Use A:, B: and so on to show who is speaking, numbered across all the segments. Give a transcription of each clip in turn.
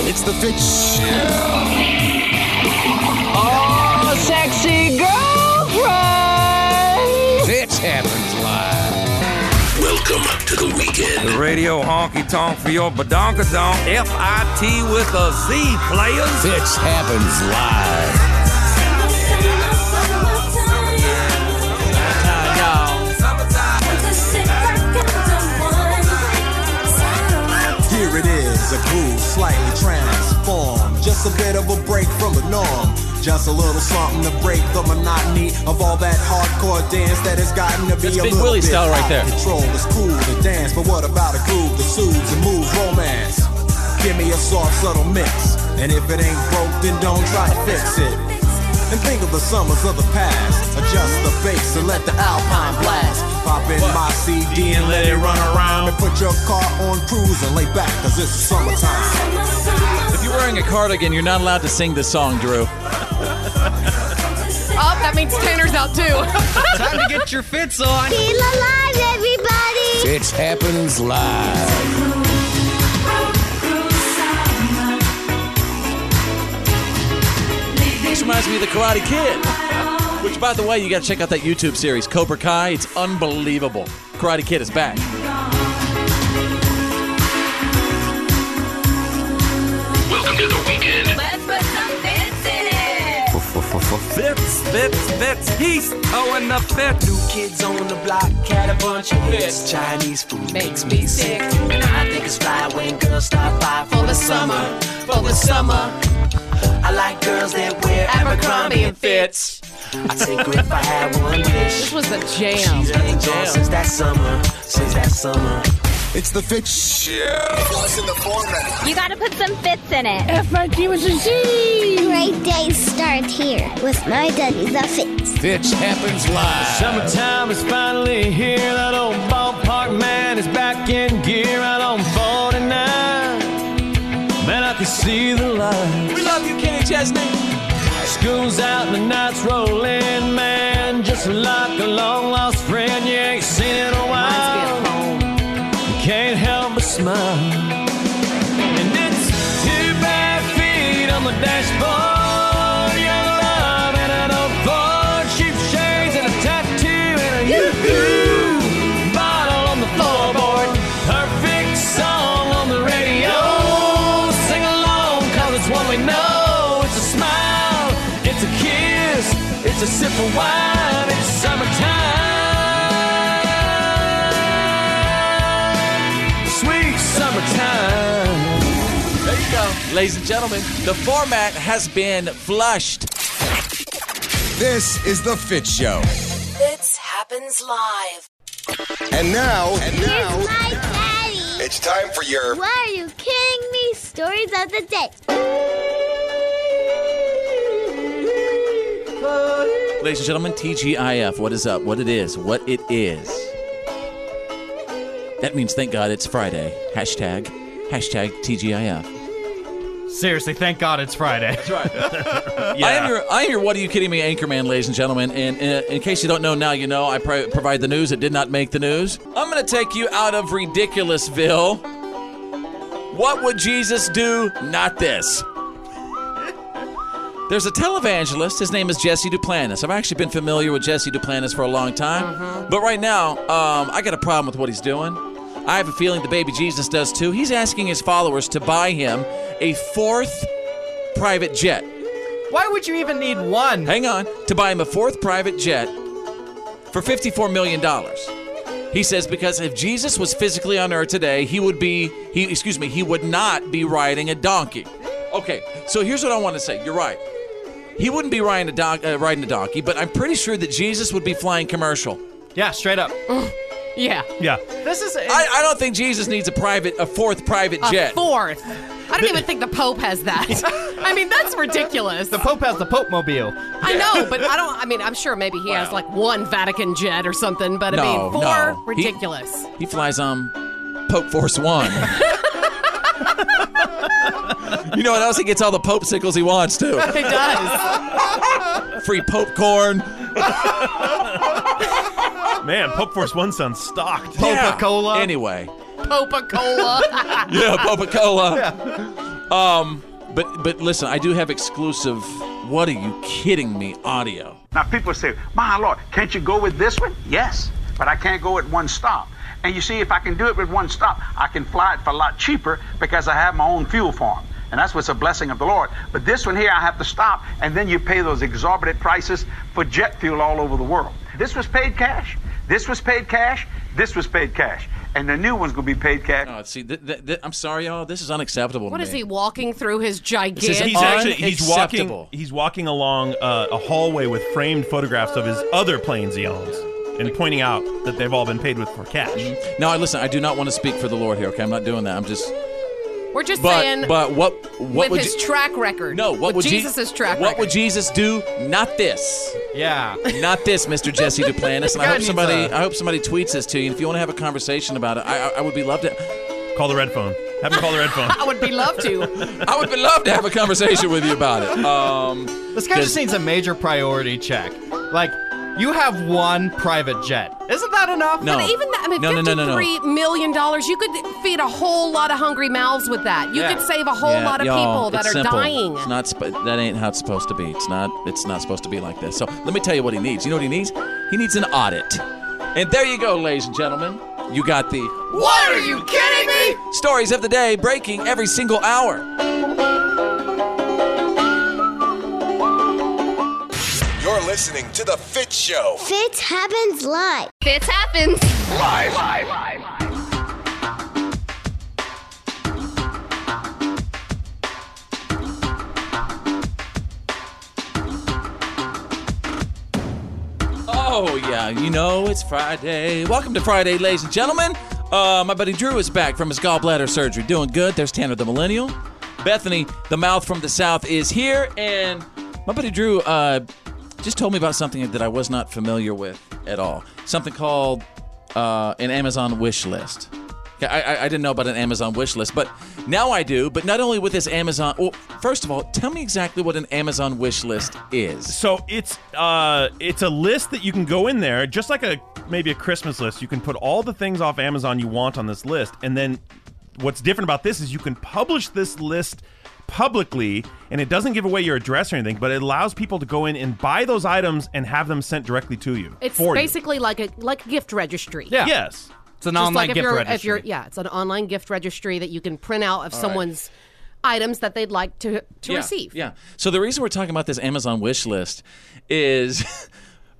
A: It's the Fit Show.
B: Fitch happens live.
C: Welcome to the weekend.
D: The radio honky tonk for your badonkadonk. FIT with a Z players.
B: Fitch happens live.
A: Here it is, a groove slightly transformed. Just a bit of a break from the norm. Just a little something to break the monotony of all that hardcore dance that has gotten to be
E: That's
A: a
E: Big
A: little
E: Willie
A: bit
E: style right
A: out
E: there.
A: of Control It's cool to dance, but what about a groove that soothes and moves romance? Give me a soft, subtle mix, and if it ain't broke, then don't try to fix it. And think of the summers of the past. Adjust the bass and let the alpine blast. Pop in my CD and let it run around. And put your car on cruise and lay back, cause it's summertime.
E: If you're wearing a cardigan, you're not allowed to sing this song, Drew.
F: Oh, that means Tanner's out too.
G: Time to get your fits on.
H: Feel alive, everybody.
B: Fitch happens live.
E: This reminds me of the Karate Kid. Which, by the way, you got to check out that YouTube series, Cobra Kai. It's unbelievable. Karate Kid is back.
C: Welcome to the weekend.
I: Let's put some fits in it.
D: Fits, fits, fits. He's throwing the fit.
A: New kids on the block, had a bunch of hits. Chinese food makes me sick. And I think it's fly when girls stop by for the summer, for the summer. I like girls that wear Abercrombie and
E: Fits.
A: I take her if I had one wish.
F: This was the jam.
A: been gone since that summer, since that summer.
C: It's the Fit Show. What's in the format?
I: You gotta put some fits in it.
H: Great days start here with my daddy, the fits.
B: Fitch happens live.
G: Summertime is finally here. That old ballpark man is back in gear out on 49. Man, I can see the light.
E: We love you, Kenny Chesney.
G: School's out and the night's rolling, man. Just like a long lost friend, you ain't seen in a while. Can't help but smile. And it's two bad feet on the dashboard. Your love and an old Ford, cheap shades and a tattoo and a yoo-hoo bottle on the floorboard. Perfect song on the radio. Sing along, cause it's one we know. It's a smile, it's a kiss, it's a sip of wine, it's summertime. Sweet summertime.
E: There you go. Ladies and gentlemen, the format has been flushed.
C: This is the Fit Show.
I: Fits happens live.
C: And now, and
H: Here's
C: now,
H: my daddy.
C: it's time for your
H: Why are you kidding me? Stories of the day.
E: Ladies and gentlemen, TGIF, what is up, what it is, what it is. That means thank God it's Friday. Hashtag, hashtag TGIF.
G: Seriously, thank God it's Friday. That's right. yeah.
E: I am your, I am your What Are You Kidding Me anchorman, ladies and gentlemen. And uh, in case you don't know now, you know I pro- provide the news. It did not make the news. I'm going to take you out of Ridiculousville. What would Jesus do? Not this. There's a televangelist. His name is Jesse Duplantis. I've actually been familiar with Jesse Duplantis for a long time. But right now, um, I got a problem with what he's doing. I have a feeling the baby Jesus does too. He's asking his followers to buy him a fourth private jet.
G: Why would you even need one?
E: Hang on, to buy him a fourth private jet for $54 million. He says because if Jesus was physically on earth today, he would be, he, excuse me, he would not be riding a donkey. Okay, so here's what I want to say. You're right. He wouldn't be riding a, don- uh, riding a donkey, but I'm pretty sure that Jesus would be flying commercial.
G: Yeah, straight up.
I: Yeah.
J: Yeah.
G: This is
E: I, I don't think Jesus needs a private, a fourth private
I: A
E: jet.
I: fourth. I don't even think the Pope has that. I mean, that's ridiculous.
G: the Pope has the Pope mobile.
I: I know, but I don't. I mean, I'm sure maybe he has like one Vatican jet or something, but I
E: No,
I: mean, four
E: no. He-
I: ridiculous.
E: He flies um Pope Force One. you know what else? He gets all the popsicles he wants too.
I: He, does.
E: Free pope corn.
J: Man, Pope Force 1 sounds stocked.
G: Coca-Cola.
E: Anyway.
I: Coca Cola.
E: Yeah, Coca Cola. Um, but but listen, I do have exclusive. What are you kidding me? Audio.
K: Now, people say, My Lord, can't you go with this one? Yes, but I can't go at one stop. And you see, if I can do it with one stop, I can fly it for a lot cheaper because I have my own fuel for 'em. And that's what's a blessing of the Lord. But this one here, I have to stop, and then you pay those exorbitant prices for jet fuel all over the world. This was paid cash, this was paid cash, this was paid cash. And the new one's going to be paid cash.
E: Oh, see, th- th- th- I'm sorry, y'all. Oh, This is unacceptable.
I: what
E: to
I: is
E: me.
I: he walking through his
E: This is
I: gigantic?
J: He's actually he's walking
E: Unacceptable.
J: he's walking along uh, a hallway with framed photographs of his other planes he owns and pointing out that they've all been paid with for cash.
E: No, I listen. I do not want to speak for the Lord here. Okay, I'm not doing that. I'm just.
I: We're just saying
E: But but what what
I: with
E: would
I: his
E: you-
I: track record.
E: no what
I: with
E: would Je-
I: Jesus' track
E: What
I: record.
E: would Jesus do? Not this.
G: Yeah.
E: Not this, Mr. Jesse Duplantis. And I
G: God
E: hope
G: needs
E: somebody
G: a-
E: I hope somebody tweets this to you. And if you want to have a conversation about it, I I, I would be loved to.
J: Call the red phone. Have him call the red phone.
I: I would be loved to.
E: I would be love to have a conversation with you about it. Um,
G: This guy
E: Does-
G: just needs a major priority check. Like, you have one private jet. Isn't that enough?
E: no.
I: But even that, I mean,
E: no, no, no, no, no.
I: fifty-three million dollars. You could feed a whole lot of hungry mouths with that. You
G: Yeah.
I: could save a whole
E: Yeah,
I: lot of
E: y'all,
I: people that
E: it's
I: are
E: simple.
I: dying.
E: It's not. Sp- that ain't how it's supposed to be. It's not. It's not supposed to be like this. So let me tell you what he needs. You know what he needs? He needs an audit. And there you go, ladies and gentlemen. You got the
G: What are you kidding me?
E: stories of the day breaking every single hour.
C: You're listening to The Fit Show.
H: Fitz happens live.
A: Fits happens.
C: Live.
E: Oh yeah, you know it's Friday. Welcome to Friday, ladies and gentlemen. Uh, my buddy Drew is back from his gallbladder surgery, doing good. There's Tanner the Millennial. Bethany, the mouth from the south, is here, and my buddy Drew uh, just told me about something that I was not familiar with at all. Something called uh, an Amazon wish list. Okay, I, I- I didn't know about an Amazon wish list, but now I do. But not only with this Amazon. Well, first of all, tell me exactly what an Amazon wish list is.
J: So it's uh it's a list that you can go in there, just like a maybe a Christmas list. You can put all the things off Amazon you want on this list, and then what's different about this is you can publish this list publicly and it doesn't give away your address or anything, but it allows people to go in and buy those items and have them sent directly to you.
I: It's
J: for you.
I: basically like a like a gift registry.
G: Yeah.
J: Yes.
G: It's an
I: Just
G: online
I: like if
G: gift
I: you're,
G: registry.
I: If you're, yeah, it's an online gift registry that you can print out of someone's items that they'd like to to
E: yeah,
I: receive.
E: Yeah. So the reason we're talking about this Amazon wish list is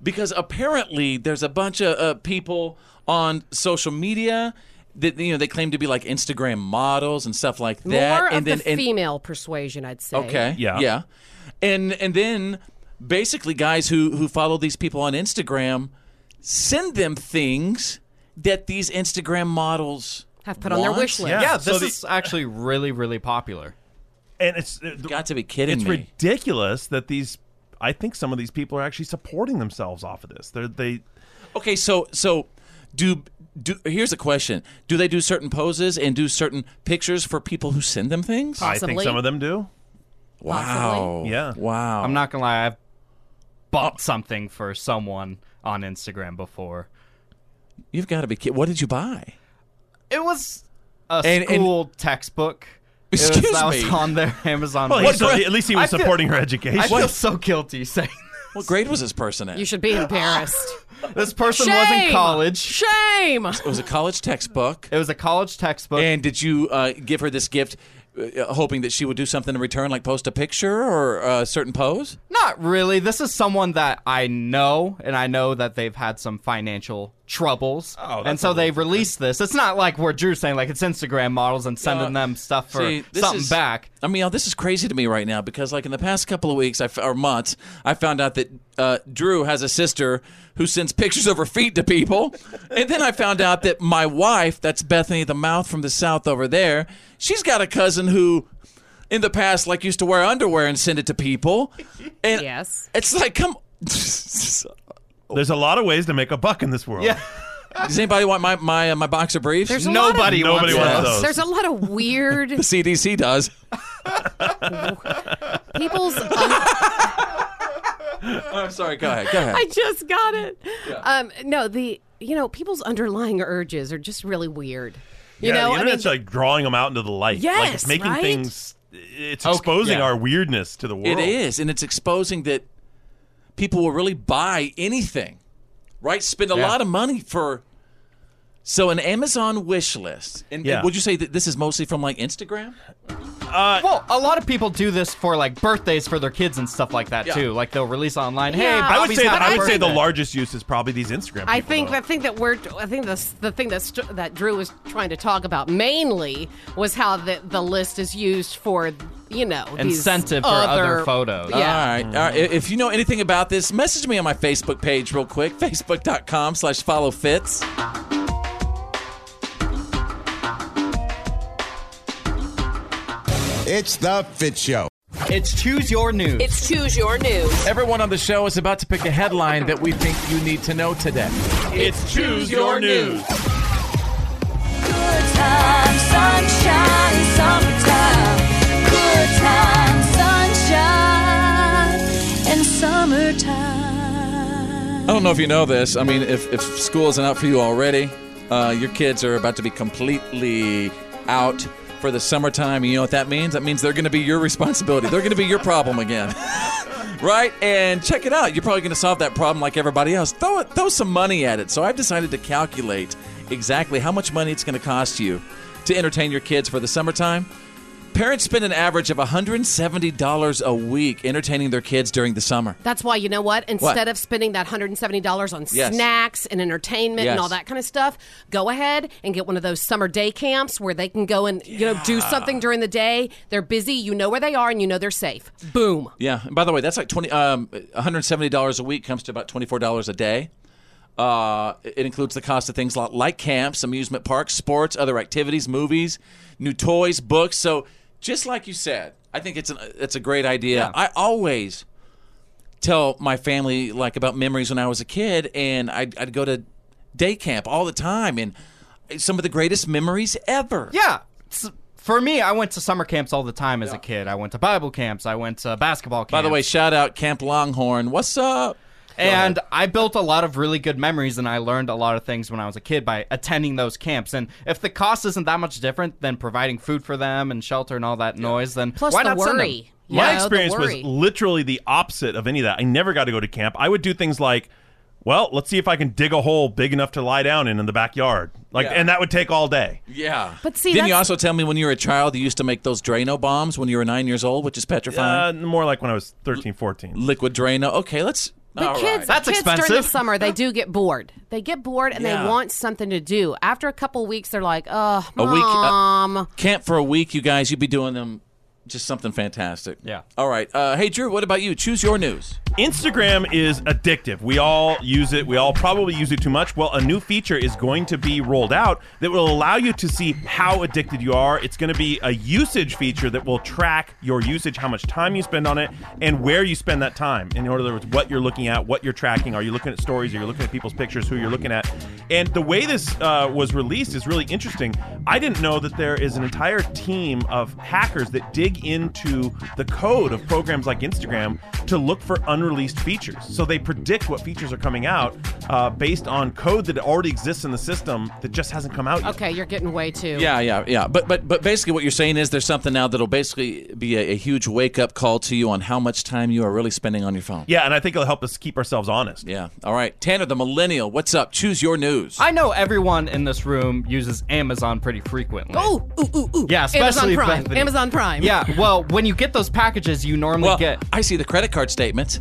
E: because apparently there's a bunch of uh, people on social media that you know they claim to be like Instagram models and stuff like that.
I: More
E: and
I: of
E: then
I: the
E: and,
I: female persuasion, I'd say.
E: Okay.
J: Yeah.
E: Yeah. And and then basically guys who who follow these people on Instagram send them things that these Instagram models
I: Have put on their
E: want.
I: wish list.
J: Yeah.
G: yeah,
J: so
G: this
J: the-
G: is actually really, really popular.
J: And it's uh, the-
E: Got to be kidding
J: it's
E: me.
J: ridiculous that these I think some of these people are actually supporting themselves off of this. They're they
E: Okay, so so do do here's a question: Do they do certain poses and do certain pictures for people who send them things?
J: I think
I: Possibly.
J: some of them do.
E: wow.
J: Yeah.
E: Wow.
G: I'm not gonna lie, I've bought something for someone on Instagram before.
E: You've got to be kidding. What did you buy?
G: It was a
E: And- and-
G: school textbook.
E: Excuse
G: that
E: me.
G: was on their Amazon.
J: Well, he
G: list.
J: still- at least he was
G: I feel-
J: supporting her education.
G: I feel
J: What?
G: so guilty saying.
E: What grade was this person at?
I: You should be embarrassed.
G: This person
I: Shame!
G: was in college.
I: Shame.
E: It was a college textbook.
G: It was a college textbook.
E: And did you uh, give her this gift, uh, hoping that she would do something in return, like post a picture or uh, a certain pose?
G: Not really. This is someone that I know, and I know that they've had some financial troubles. Oh, and so they released this. It's not like we're Drew saying like it's Instagram models and sending them stuff for
E: Uh, See, this
G: something
E: is-
G: back.
E: I mean, you know, this is crazy to me right now because, like, in the past couple of weeks I f- or months, I found out that uh, Drew has a sister who sends pictures of her feet to people. and then I found out that my wife, that's Bethany the Mouth from the South over there, she's got a cousin who, in the past, like, used to wear underwear and send it to people. And
I: yes.
E: it's like, come
J: There's a lot of ways to make a buck in this world.
E: Yeah. Does anybody want my my, uh, my box of briefs?
I: There's a lot of-
J: Nobody wants those.
I: There's a lot of weird
E: The CDC does.
I: people's.
E: Oh, I'm sorry. Go ahead. Go ahead.
I: I just got it. Um, no, the you know people's underlying urges are just really weird. You
J: yeah,
I: know,
J: the
I: I mean,
J: internet's like drawing them out into the light. like
I: Yes,
J: it's making
I: right?
J: things. It's
E: Okay,
J: exposing
E: yeah.
J: our weirdness to the world.
E: It is, and it's exposing that people will really buy anything, right? Spend a
J: Yeah.
E: lot of money for. So an Amazon wish list, and, and
G: Yeah.
E: would you say that this is mostly from like Instagram?
G: well, a lot of people do this for like birthdays for their kids and stuff like that
E: Yeah.
G: too. Like they'll release online. Hey,
I: Yeah.
J: I would
G: Bobby's
J: say
G: having a
J: I would say the
G: birthday."
J: largest use is probably these Instagram.
I: I
J: people,
I: think
J: though.
I: the thing that we're I think the the thing that st- that Drew was trying to talk about mainly was how the the list is used for you know these
G: Incentive for other photos.
E: All
I: Yeah.
E: right. All right. If you know anything about this, message me on my Facebook page real quick. Facebook.com slash follow fits.
C: It's the Fit Show.
G: It's choose your news.
L: It's Choose Your News.
E: Everyone on the show is about to pick a headline that we think you need to know today.
J: It's
L: Choose Your News.
A: sunshine, summertime. Good time, sunshine, and summertime.
E: I don't know if you know this. I mean, if, if school isn't out for you already, uh, your kids are about to be completely out for the summertime. And you know what that means? That means they're going to be your responsibility. They're going to be your problem again. right? And check it out. You're probably going to solve that problem like everybody else. Throw, it- throw some money at it. So I've decided to calculate exactly how much money it's going to cost you to entertain your kids for the summertime. Parents spend an average of $170 a week entertaining their kids during the summer.
I: That's why you know what? Instead of spending that hundred and seventy dollars on
E: Yes.
I: snacks and entertainment and
E: Yes.
I: all that kind of stuff, go ahead and get one of those summer day camps where they can go and you know do
E: Yeah.
I: something during the day. They're busy, you know where they are, and you know they're safe. Boom.
E: Yeah. And by the way, that's like twenty um one hundred seventy dollars a week comes to about twenty four dollars a day. Uh, it includes the cost of things lot- like camps, amusement parks, sports, other activities, movies, new toys, books. So just like you said, I think it's an it's a great idea. I always tell my family like about memories when I was a kid, and I'd, I'd go to day camp all the time, and some of the greatest memories ever.
G: Yeah. S- For me, I went to summer camps all the time as a kid. I went to Bible camps. I went to basketball camps.
E: By the way, shout out Camp Longhorn. What's up?
G: And I built a lot of really good memories, and I learned a lot of things when I was a kid by attending those camps. And if the cost isn't that much different than providing food for them and shelter and all that noise, then
I: Plus
G: why
I: the
G: not send them?
I: worry. You
J: My
I: know, the
J: experience was
I: worry.
J: literally the opposite of any of that. I never got to go to camp. I would do things like, well, let's see if I can dig a hole big enough to lie down in in the backyard. Like,
E: Yeah.
J: and that would take all day.
E: Yeah.
I: But see,
E: didn't you
I: that's-
E: also tell me when you were a child you used to make those Drano bombs when you were nine years old, which is petrifying?
J: Uh, more like when I was 13, 14.
E: Liquid Drano. Okay, let's.
I: But
E: all
I: kids,
E: right.
I: kids during the summer, they do get bored. They get bored and
E: Yeah.
I: they want something to do. After a couple weeks, they're like, "Oh,
E: A week, uh,
I: mom."
E: Camp for a week, you guys. You'd be doing them just something fantastic. Yeah. All right. Uh, hey, Drew, what about you? Choose your news.
J: Instagram is addictive. We all use it. We all probably use it too much. Well, a new feature is going to be rolled out that will allow you to see how addicted you are. It's going to be a usage feature that will track your usage, how much time you spend on it, and where you spend that time. In other words, what you're looking at, what you're tracking. Are you looking at stories? Are you looking at people's pictures? Who you're looking at? And the way this uh, was released is really interesting. I didn't know that there is an entire team of hackers that dig into the code of programs like Instagram to to look for unreleased features. So they predict what features are coming out uh, based on code that already exists in the system that just hasn't come out yet.
I: Okay, you're getting way too.
E: Yeah, yeah, yeah. But but but basically, what you're saying is there's something now that'll basically be a, a huge wake up call to you on how much time you are really spending on your phone.
J: Yeah, and I think it'll help us keep ourselves honest.
E: Yeah. All right, Tanner, the millennial, what's up? Choose your news.
G: I know everyone in this room uses Amazon pretty frequently.
I: Ooh, ooh, ooh, ooh.
G: Yeah, especially
I: Amazon Prime.
G: Bethany.
I: Amazon Prime.
G: Yeah, well, when you get those packages, you normally
E: Well,
G: get.
E: I see the credit card statements.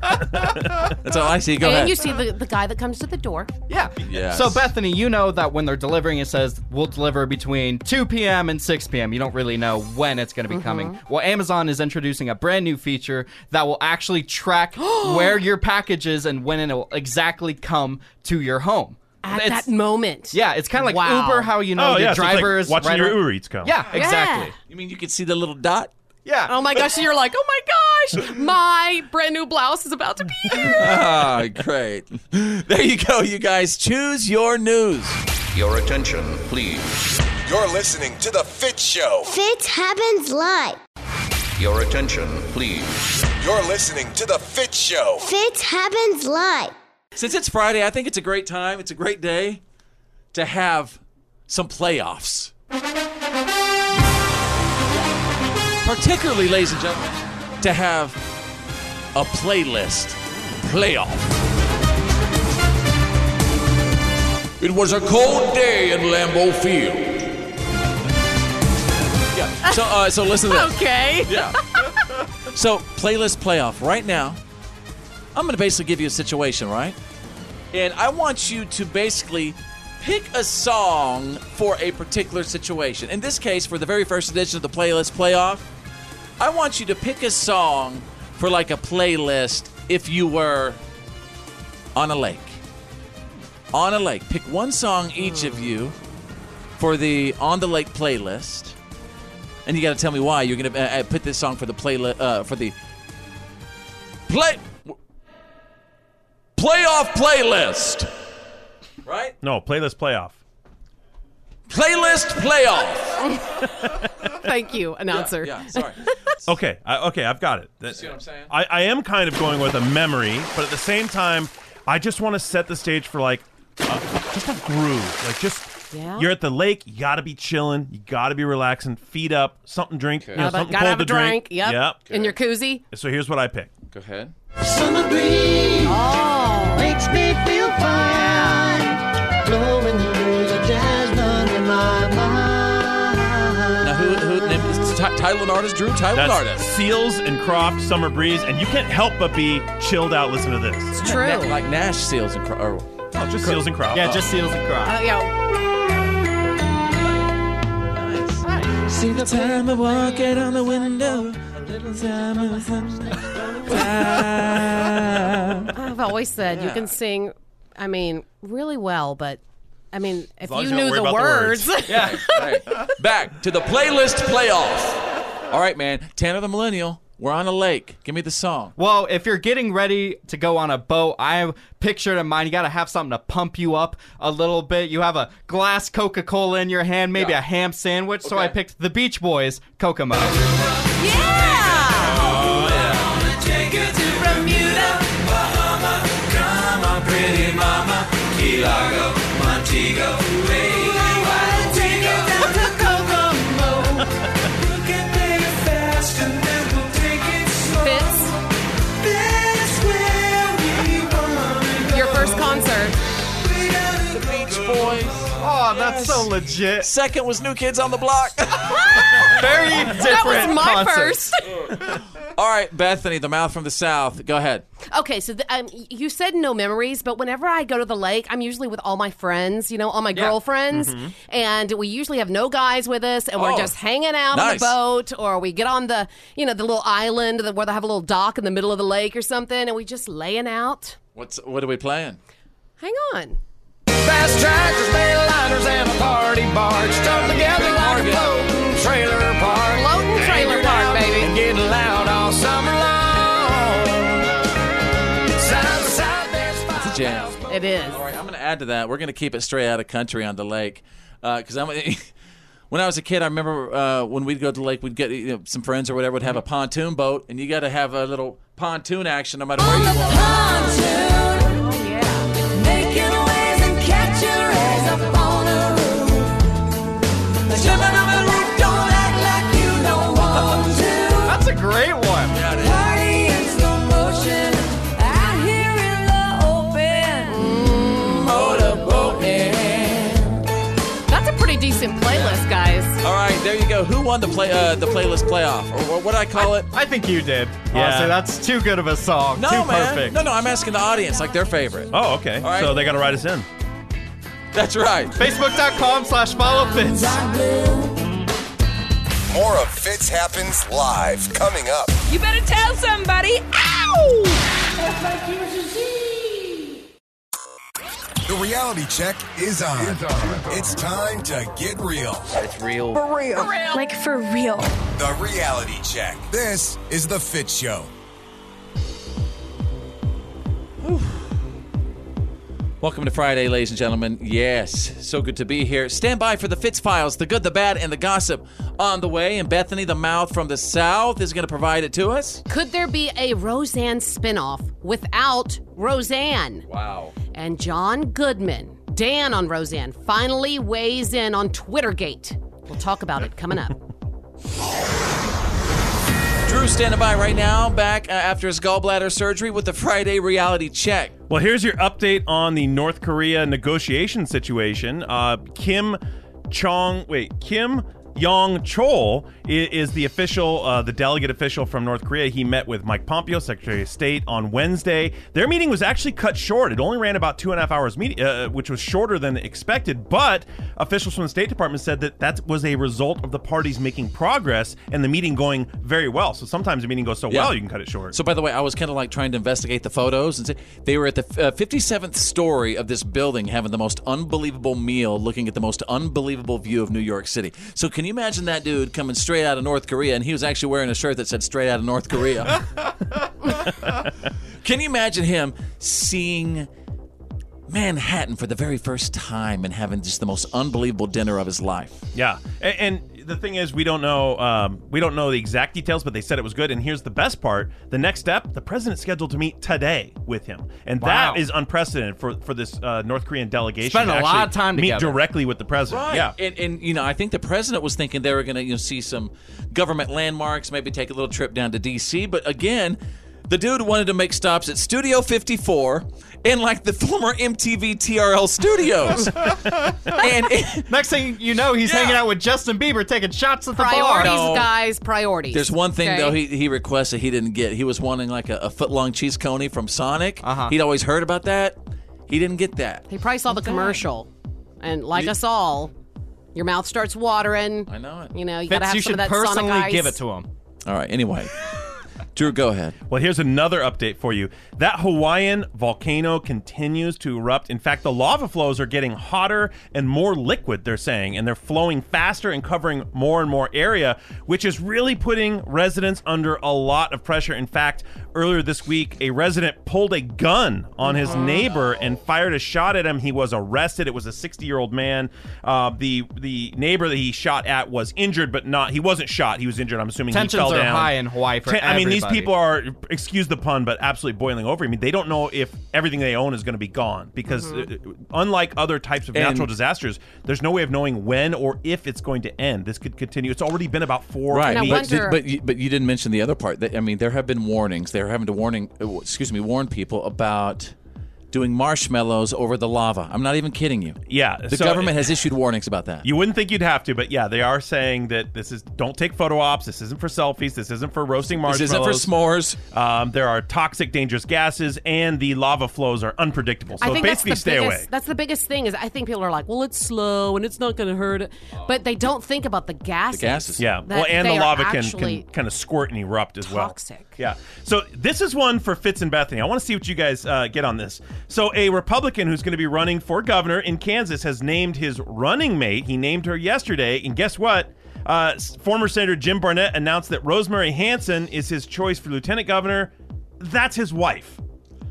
E: That's all I see. Go
I: and
G: ahead.
I: you see the, the guy that comes to the door.
G: Yeah. So, Bethany, you know that when they're delivering, it says we'll deliver between 2 p.m. and 6 p.m. You don't really know when it's going to be coming. Well, Amazon is introducing a brand new feature that will actually track where your package is and when it will exactly come to your home.
I: At
G: It's-
I: that moment.
G: yeah, it's kind of like
I: Wow.
G: Uber, how you know
J: Oh,
G: the
J: yeah, so it's like
G: driver is
J: watching
G: right
J: your
G: around-
J: Uber Eats come.
G: Yeah,
I: Yeah.
G: exactly.
E: You mean you can see the little dot?
G: Yeah.
I: Oh my gosh, you're like, oh my gosh, my brand new blouse is about to be here.
E: Ah, great. There you go, you guys. Choose your news.
M: Your attention, please.
C: You're listening to The Fit Show.
H: Fit happens live.
M: Your attention, please.
C: You're listening to The Fit Show.
H: Fit happens live.
E: Since it's Friday, I think it's a great time. It's a great day to have some playoffs. Particularly, ladies and gentlemen, to have a playlist playoff. It was a cold day in Lambeau Field. Yeah. So, uh, so listen to this.
I: Okay.
E: Yeah. So, playlist playoff. Right now, I'm going to basically give you a situation, right? And I want you to basically pick a song for a particular situation. In this case, for the very first edition of the playlist playoff, I want you to pick a song for like a playlist if you were on a lake. On a lake. Pick one song each of you for the On the Lake playlist. And you got to tell me why you're going to uh, uh, put this song for the playlist uh, for the play playoff playlist. Right?
J: No, playlist playoff.
E: Playlist playoff.
I: Thank you, announcer.
E: Yeah, yeah, sorry.
J: Okay, I, okay, I've got it. That-
E: see what I'm saying?
J: I, I am kind of going with a memory, but at the same time, I just want to set the stage for like uh, just a groove, like just.
I: Yeah.
J: You're at the lake. You gotta be chilling. You gotta be relaxing. Feet up. Something drink. You know,
I: How about-
J: something
I: gotta
J: cold
I: have
J: to
I: a drink. Yep.
J: Yep.
I: In your koozie.
J: So here's what I picked.
E: Go ahead.
A: Summer breeze makes me feel fine. Blowing the rose of jasmine in my mind.
E: Now, who, who named is Ty- title and artist Drew? Title and
J: That's
E: artist.
J: Seals and Croft, Summer Breeze, and you can't help but be chilled out. Listen to this.
E: It's Like, like Nash Seals and Cro- or,
J: Oh, just Seals and Croft.
G: Yeah, just seals and crops.
I: Uh, yeah.
E: See the time of walking on the window. Little time of
I: I've always said you can sing, I mean, really well, but I mean, if you knew the words.
E: yeah. Back to the playlist playoff. All right, man. Tanner the Millennial. We're on a lake. Give me the song.
G: Well, if you're getting ready to go on a boat, I pictured in mind you got to have something to pump you up a little bit. You have a glass Coca Cola in your hand, maybe a ham sandwich. So I picked the Beach Boys Kokomo.
A: Take it to Bermuda, Bahama. Come on, pretty mama. Key Largo, Montego. Baby, why don't we go? We can play it fast and then we'll take it slow.
I: Fitz?
A: That's where we wanna go.
I: Your first concert.
A: We gotta
E: Beach Boys.
G: Oh, that's so legit.
E: Second was New Kids on the Block.
G: Very different.
I: That was my first.
E: All right, Bethany, the mouth from the south. Go ahead.
I: Okay, so the, um, y- you said no memories, but whenever I go to the lake, I'm usually with all my friends, you know, all my girlfriends,
E: Mhm.
I: and we usually have no guys with us, and
E: Oh.
I: we're just hanging out
E: Nice.
I: on the boat, or we get on the, you know, the little island that- where they have a little dock in the middle of the lake or something, and we just laying out.
E: What's what are we playing?
I: Hang on.
A: Fast tractors, mainliners, and a party barge stuck together like a floating trailer park.
I: Floating trailer
A: Hanging
I: park,
A: out
I: baby.
A: And getting loud all summer long. Side to side, there's
E: It's a jam.
I: It is.
E: All right, I'm going to add to that. We're going to keep it straight out of country on the lake, because I'm. When I was a kid, I remember uh, when we'd go to the lake, we'd get you know, some friends or whatever would have a pontoon boat, and you got to have a little pontoon action no matter where you are.
G: That's a great one.
I: That's a pretty decent playlist, guys.
E: All right, there you go. Who won the play uh, the playlist playoff, or, or what did I call it?
G: I think you did. Honestly, that's too good of a song.
E: No,
G: too
E: man.
G: perfect.
E: No, no. I'm asking the audience, like their favorite.
J: Oh, okay.
E: right.
J: So they got to write us in.
E: That's right.
G: Facebook.com slash follow Fitz.
C: More of Fitz Happens Live coming up.
L: You better tell somebody. Ow!
C: The reality check is on. It's, time to get real. It's real.
L: real. Like for real.
C: The reality check. This is The Fit Show.
E: Welcome to Friday, ladies and gentlemen. Yes, so good to be here. Stand by for the Fitz Files, the good, the bad, and the gossip on the way. And Bethany, the mouth from the south, is going to provide it to us.
I: Could there be a Roseanne spinoff without Roseanne?
E: Wow.
I: And John Goodman, Dan on Roseanne, finally weighs in on Twittergate. We'll talk about it coming up.
E: Drew standing by right now, back uh, after his gallbladder surgery with the Friday reality check.
J: Well, here's your update on the North Korea negotiation situation. Uh, Kim Chong, wait, Kim Yong Chol i- is the official, uh, the delegate official from North Korea. He met with Mike Pompeo, Secretary of State, on Wednesday. Their meeting was actually cut short. It only ran about two and a half hours, meet- uh, which was shorter than expected. But officials from the State Department said that that was a result of the parties making progress and the meeting going very well. So sometimes a meeting goes so
E: Yeah.
J: Oh, well, you can cut it short.
E: So, by the way, I was kind of like trying to investigate the photos, and see, they were at the uh, 57th story of this building, having the most unbelievable meal, looking at the most unbelievable view of New York City. So, can you imagine that dude coming straight out of North Korea, and he was actually wearing a shirt that said "Straight Out of North Korea"? can you imagine him seeing? Manhattan for the very first time and having just the most unbelievable dinner of his life.
J: Yeah, A- and, and the thing is, we don't know um, we don't know the exact details, but they said it was good. And here's the best part: the next step, the president's scheduled to meet today with him, and
G: Wow.
J: that is unprecedented for for this uh, North Korean delegation.
G: Spend a
J: to
G: lot
J: actually
G: of time
J: meet
G: together.
J: directly with the president.
E: Right.
J: Yeah,
E: And, and you know, I think the president was thinking they were going to you know see some government landmarks, maybe take a little trip down to D.C. But again, the dude wanted to make stops at Studio 54 and like the former MTV TRL studios. and
G: next thing you know, he's hanging out with Justin Bieber, taking shots at the
I: Priorities,
G: bar.
E: No.
I: guys, priorities.
E: There's one thing
I: Okay?
E: though he, he requested he didn't get. He was wanting like a, a foot long cheese coney from Sonic. Uh-huh. He'd always heard about that. He didn't get that.
I: He probably saw the commercial. And like us all, your mouth starts watering. I
E: know it.
I: You know, you gotta
G: Fitz,
I: have
G: you
I: some of
G: should
I: that Sonic
G: personally
I: ice.
G: give it to him.
E: All right. Anyway, Drew, go ahead.
J: Well, here's another update for you. That Hawaiian volcano continues to erupt. In fact, the lava flows are getting hotter and more liquid, they're saying, and they're flowing faster and covering more and more area, which is really putting residents under a lot of pressure. In fact, earlier this week, a resident pulled a gun on his neighbor and fired a shot at him. He was arrested. It was a 60 year old man. Uh, the the neighbor that he shot at was injured, but not. He wasn't shot. He was injured. I'm assuming
G: Tensions
J: he fell
G: are
J: down.
G: high in Hawaii for
J: Ten- I mean, these
G: everybody.
J: people are, excuse the pun, but absolutely boiling over. I mean, they don't know if everything they own is going to be gone because,
G: Mm-hmm.
J: uh, unlike other types of
E: And-
J: natural disasters, there's no way of knowing when or if it's going to end. This could continue. It's already been about four
E: Right, but,
J: weeks.
E: th- but you, but you didn't mention the other part. That, I mean, there have been warnings. They're having to warning, uh, w- excuse me, warn people about doing marshmallows over the lava. I'm not even kidding you.
J: Yeah,
E: the
J: so-
E: government has issued warnings about that.
J: You wouldn't think you'd have to, but yeah, they are saying that this is don't take photo ops. This isn't for selfies. This isn't for roasting
E: This
J: marshmallows.
E: isn't for s'mores.
J: Um, there are toxic, dangerous gases, and the lava flows are unpredictable. So
I: I think
J: basically,
I: that's the
J: stay
I: biggest,
J: away.
I: That's the biggest thing is I think people are like, well, it's slow and it's not going to hurt, but they don't think about the gases.
J: Yeah.
I: That
J: Well, and the
I: they are
J: lava can,
I: actually-
J: can kind of squirt and erupt as well.
I: Toxic.
J: Yeah. So this is one for Fitz and Bethany. I want to see what you guys uh, get on this. So a Republican who's going to be running for governor in Kansas has named his running mate. He named her yesterday, and guess what? Uh, s- former Senator Jim Barnett announced that Rosemary Hansen is his choice for lieutenant governor. That's his wife.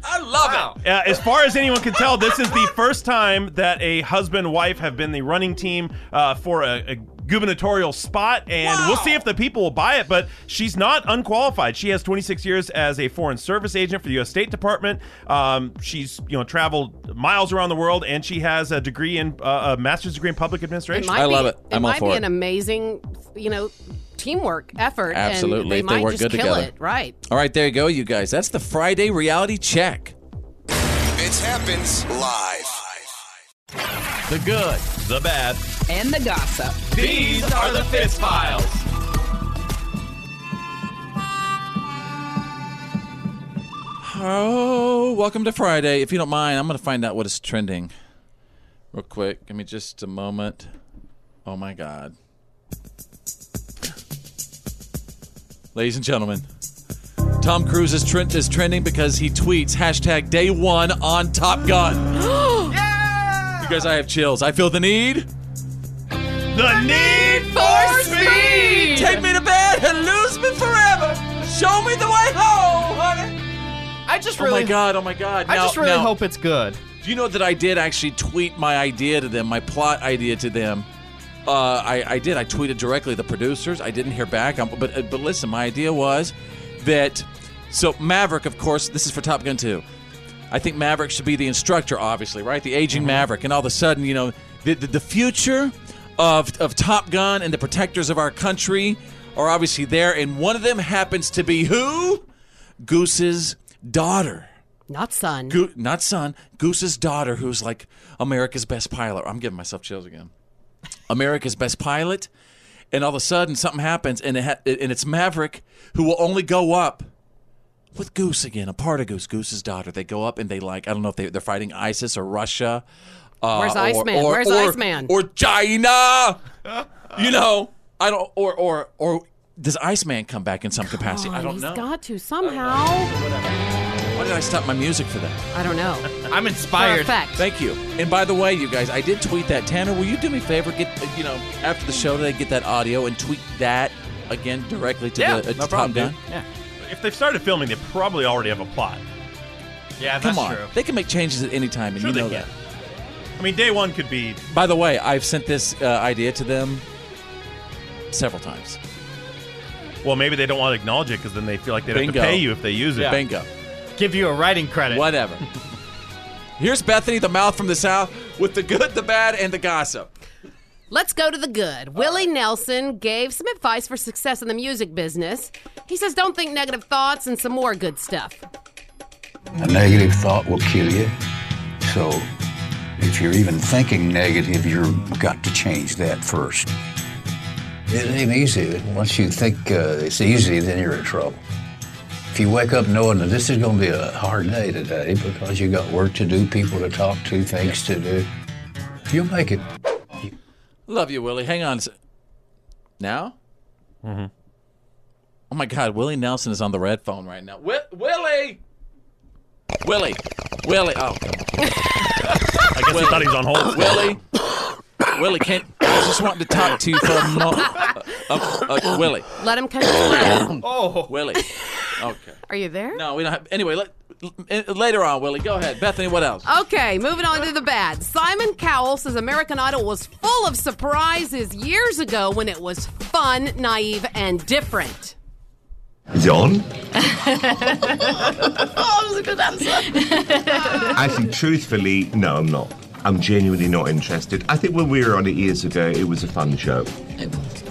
E: I love it.
J: Uh, as far as anyone can tell, this is the first time that a husband wife have been the running team uh, for a, a gubernatorial spot, and we'll see if the people will buy it. But she's not unqualified. She has 26 years as a foreign service agent for the U.S. State Department. Um, she's you know traveled miles around the world, and she has a degree in uh, a master's degree in public administration.
I: might be- might be an amazing, you know, teamwork effort.
E: Absolutely,
I: and they
E: if they
I: might
E: work
I: just
E: good
I: kill
E: together.
I: it, right?
E: All right, there you go, you guys. That's the Friday reality check.
C: It happens live.
E: The good,
J: the bad.
N: And the gossip.
A: These are the Fitz Files.
E: Oh, welcome to Friday. If you don't mind, I'm going to find out what is trending real quick. Give me just a moment. Oh my God. Ladies and gentlemen, Tom Cruise is, trend- is trending because he tweets hashtag day one on Top Gun. You guys, I have chills. I feel the need.
J: The need
A: for speed.
E: Take me to bed and lose me forever. Show me the way home, honey.
G: I just
E: Oh my god! Oh my god!
G: I
E: Now-
G: just really
E: now-
G: hope it's good.
E: Do you know that I did actually tweet my idea to them, my plot idea to them? Uh, I, I did. I tweeted directly to the producers. I didn't hear back. Um but uh, but listen, my idea was that so Maverick, of course, this is for Top Gun 2. I think Maverick should be the instructor, obviously, right? The aging
G: Mm-hmm.
E: Maverick, and all of a sudden, you know, the the, the future of of Top Gun and the protectors of our country are obviously there, and one of them happens to be who? Goose's daughter.
I: Not son.
E: Go- not son. Goose's daughter, who's like America's best pilot. I'm giving myself chills again. America's best pilot, and all of a sudden something happens, and it ha- and it's Maverick who will only go up with Goose again, a part of Goose, Goose's daughter. They go up and they like I don't know if they, they're fighting ISIS or Russia. Uh,
I: Where's
E: or-
I: Iceman?
E: or-
I: Where's
E: or-
I: Iceman?
E: Or China? you know, I don't. Or or or does Iceman come back in some capacity? I
I: Oh,
E: don't
I: he's
E: know.
I: got to somehow.
E: Why did I stop my music for that?
I: I don't know.
G: I'm
I: inspired. For a fact.
E: Thank you. And by the way, you guys, I did tweet that. Tanner, will you do me a favor? Get uh, you know after the show today, get that audio and tweet that again directly to
J: Yeah,
E: the uh,
J: no
E: Top
J: problem,
E: Gun.
J: dude. If they've started filming, they probably already have a plot. Yeah,
E: Come on, they can make changes at any time, and
J: Sure
E: you
J: they
E: know
J: can.
E: that.
J: I mean, day one could be
E: By the way, I've sent this uh, idea to them several times.
J: well, maybe they don't want to acknowledge it because then they feel like they'd
E: Bingo.
J: have to pay you if they use it.
E: Yeah. Bingo.
G: Give you a writing credit.
E: Whatever. Here's Bethany, the mouth from the south, with the good, the bad, and the gossip.
I: Let's go to the good. Willie Nelson gave some advice for success in the music business. He says, don't think negative thoughts and some more good stuff.
O: A negative thought will kill you. So if you're even thinking negative, you've got to change that first. It ain't easy. Once you think uh, it's easy, then you're in trouble. If you wake up knowing that this is going to be a hard day today because you got work to do, people to talk to, things to do, you'll make it.
E: Love you, Willie. Hang on. a sec- Now? Mm-hmm. Oh my God, Willie Nelson is on the red phone right now. Wi- Willie! Willie! Willie! Oh. I
J: guess he thought he was on hold.
E: Willie! Willie, can't. I was just wanting to talk to you for a moment. Uh, uh, uh, Willie.
I: Let him come.
E: Oh. Willie. Okay.
I: Are you there?
E: No, we don't have. Anyway, let, l- uh, later on, Willie. Go ahead. Bethany, what else?
I: Okay, moving on to the bad. Simon Cowell says American Idol was full of surprises years ago when it was fun, naive, and different. Oh,
P: John?
I: that was a good answer.
P: Actually, truthfully, no, I'm not. I'm genuinely not interested. I think when we were on it years ago, it was a fun show.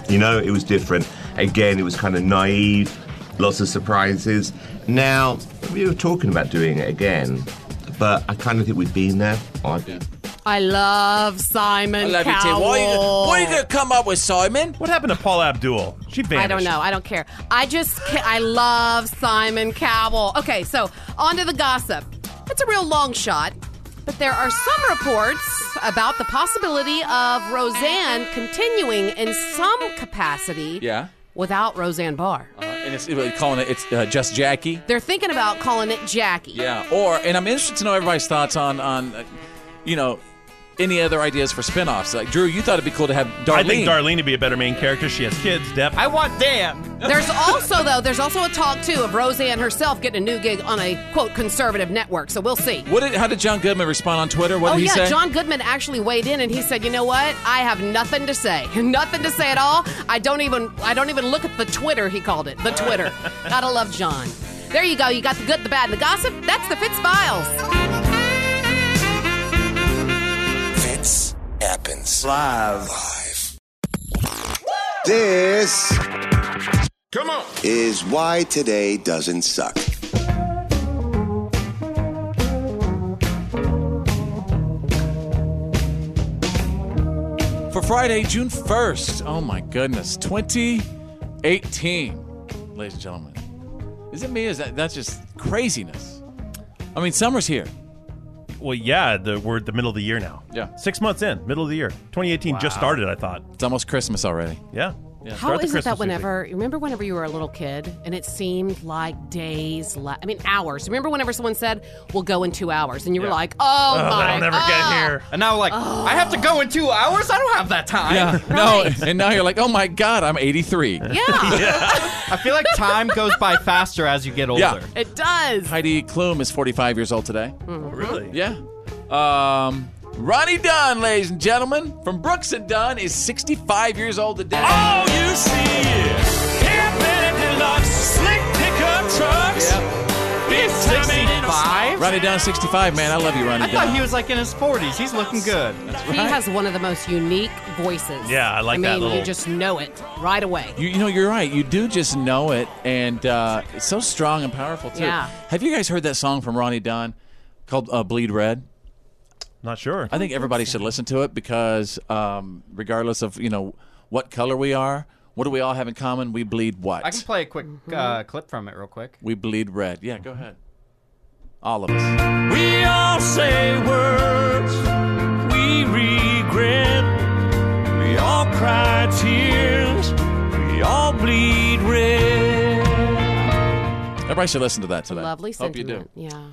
P: You know, it was different. Again, it was kind of naive, lots of surprises. Now, we were talking about doing it again, but I kind of think we've been there. I,
I: I love Simon
E: I love you,
I: Cowell.
E: Tim. What are you, what are you going to come up with, Simon?
J: What happened to Paula Abdul? She vanished.
I: I don't know. I don't care. I just, ca- I love Simon Cowell. Okay, so on to the gossip. It's a real long shot, but there are some reports about the possibility of Roseanne continuing in some capacity
E: Yeah.
I: without Roseanne Barr.
E: Uh, and it's uh, calling it. It's uh, just Jackie.
I: They're thinking about calling it Jackie.
E: Yeah, or and I'm interested to know everybody's thoughts on on, uh, you know, any other ideas for spinoffs? Like Drew, you thought it'd be cool to have Darlene.
J: I think Darlene would be a better main character. She has kids, Deb.
G: I want Dan.
I: There's also though, there's also a talk too of Roseanne herself getting a new gig on a quote conservative network. So we'll see.
E: What did, how did John Goodman respond on Twitter? What
I: oh
E: did he
I: yeah,
E: say?
I: John Goodman actually weighed in and he said, "You know what? I have nothing to say. nothing to say at all. I don't even I don't even look at the Twitter." He called it the Twitter. Gotta love John. There you go. You got the good, the bad, and the gossip. That's the Fitz Files.
C: Fits happens live. Live. This. Come on. Is why today doesn't suck.
E: For Friday, June 1st. Oh my goodness. 2018. Ladies and gentlemen. Is it me? Is that that's just craziness? I mean, summer's here.
J: Well, yeah, the, we're at the middle of the year now.
E: Yeah.
J: Six months in, middle of the year. 2018 just
E: Wow.
J: started, I thought.
E: It's almost Christmas already.
J: Yeah. yeah.
I: How is it that whenever you remember whenever you were a little kid and it seemed like days, la- I mean hours. Remember whenever someone said, "We'll go in two hours," and you were like, "Oh my!" ah."
G: And now, like, I have to go in two hours. I don't have that time.
E: Yeah. No. And now you're like, oh my God, I'm 83. Yeah.
G: I feel like time goes by faster as you get older.
E: Yeah.
I: It does.
E: Heidi Klum is 45 years old today.
J: Really?
E: Mm-hmm. Yeah. Um, Ronnie Dunn, ladies and gentlemen, from Brooks and Dunn, is 65 years old today.
J: Oh,
E: All you see is slick pickup trucks. Big 65? Ronnie Dunn, 65, man. I love you, Ronnie
G: I thought
E: Dunn.
G: he was like in his 40s. He's looking good.
I: He has one of the most unique voices.
E: Yeah, I like
I: I mean,
E: that little-
I: you just know it right away.
E: You, you know, you're right. You do just know it, and uh, it's so strong and powerful too.
I: Yeah.
E: Have you guys heard that song from Ronnie Dunn called uh, "Bleed Red"?
J: Not sure.
E: I think everybody should listen to it because, um, regardless of you know what color we are, what do we all have in common? We bleed what?
G: I can play a quick uh, clip from it real quick.
E: We bleed red. Yeah, go ahead. All of us.
A: We all say words we regret. We all cry tears. We all bleed red.
E: Everybody should listen to that today.
I: Lovely
E: Hope you
I: sentiment.
E: do.
I: Yeah.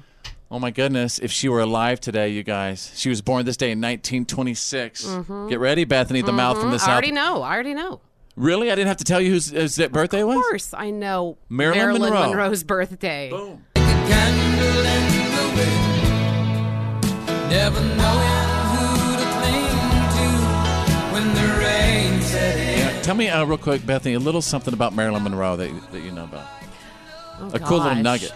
E: Oh my goodness! If she were alive today, you guys, she was born this day in 1926.
I: Mhm.
E: Get ready, Bethany, the mouth from
I: Mhm.
E: the
I: I
E: south.
I: already know. I already know.
E: Really? I didn't have to tell you whose whose birthday was.
I: Of course, I know
E: Marilyn Monroe.
I: Monroe's birthday. Boom.
A: Never knowing who to cling to when the rain set in.
E: Yeah, tell me uh, real quick, Bethany, a little something about Marilyn Monroe that, that you know about.
I: Oh,
E: a cool little
I: gosh.
E: nugget.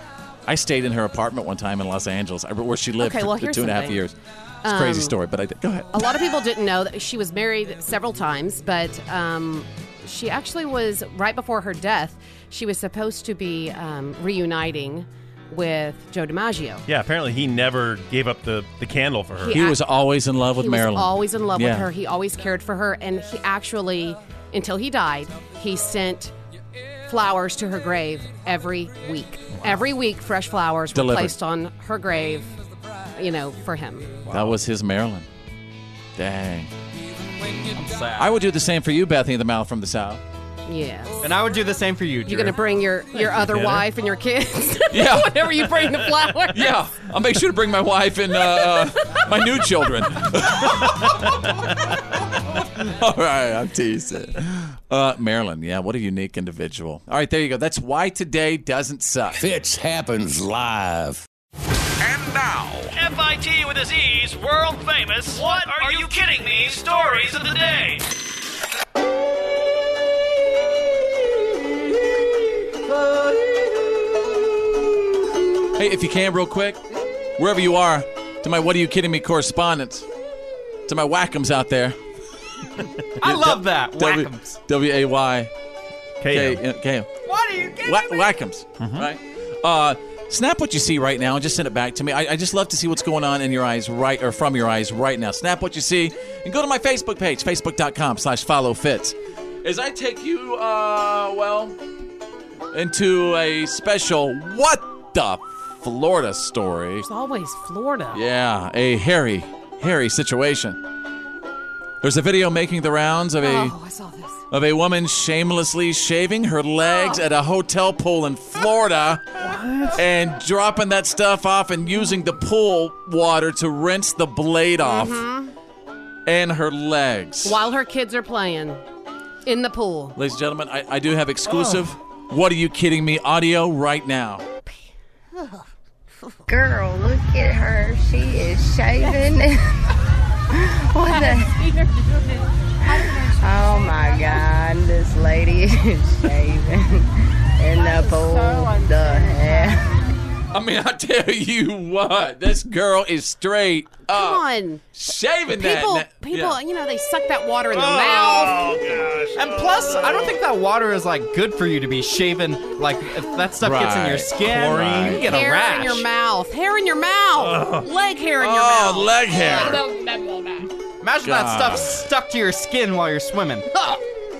E: I stayed in her apartment one time in Los Angeles, I- where she lived
I: Okay,
E: for
I: well,
E: two
I: here's
E: and a half
I: something.
E: years. It's a crazy
I: Um,
E: story, but I did. Go ahead.
I: A lot of people didn't know that she was married several times, but um, she actually was right before her death. She was supposed to be um, reuniting with Joe DiMaggio.
J: Yeah, apparently he never gave up the, the candle for her.
I: He He ac- was
E: always in love
I: he was always in love with her. He always cared for her, and he actually, until he died, he sent flowers to her grave every week. Every week, fresh flowers
E: Delivered.
I: were placed on her grave. You know, for him.
E: That was his Marilyn. Dang.
G: I'm sad.
E: I would do the same for you, Bethany, the mouth from the south.
I: Yes.
G: And I would do the same for you, Drew.
I: You're gonna bring your your other
E: Tanner.
I: wife and your kids.
E: Yeah.
I: Whenever you bring the flowers.
E: Yeah, I'll make sure to bring my wife and uh, uh, my new children. All right, I'm teasing. Uh, Marilyn, yeah, what a unique individual. All right, there you go. That's why today doesn't suck. Fitch happens live.
A: FIT with his E's, world famous. What are you kidding me? Stories of the day.
E: Hey, if you can, real quick, wherever you are, to my "What Are You Kidding Me" correspondents, to my whackums out there.
G: I love that.
E: W- W A Y
J: K
E: M. K M.
G: What are you kidding
E: Wha- Whackums,
G: Mm-hmm.
E: right? Uh, snap what you see right now and just send it back to me. I, I just love to see what's going on in your eyes right or from your eyes right now. Snap what you see and go to my Facebook page, facebook.com slash follow fits. As I take you, uh, well, into a special What the Florida story.
I: It's always Florida.
E: Yeah, a hairy, hairy situation. There's a video making the rounds of a
I: Oh, I saw this. Oh.
E: of a woman shamelessly shaving her legs at a hotel pool in Florida and dropping that stuff off and using the pool water to rinse the blade off. and her legs.
I: Mm-hmm. While her kids are playing in the pool.
E: Ladies and gentlemen, I, I do have exclusive
I: Oh.
E: What Are You Kidding Me audio right now.
N: Girl, look at her. She is shaving. what the? Oh my God, this lady is shaving in the pool. the hell?
E: I mean, I tell you what, this girl is straight
I: Come
E: up
I: on.
E: shaving that.
I: People,
E: na-
I: people,
E: yeah.
I: you know, they suck that water in their
G: Oh,
I: mouth.
G: And plus, I don't think that water is like good for you to be shaving. Like if that stuff gets in your
E: Right.
G: skin,
E: Chlorine.
G: you get a
I: hair
G: rash.
I: in your mouth. Hair in your mouth.
G: Ugh.
I: Leg hair in your
G: Oh,
I: mouth.
G: leg hair. Imagine that
E: God.
G: stuff stuck to your skin while you're swimming.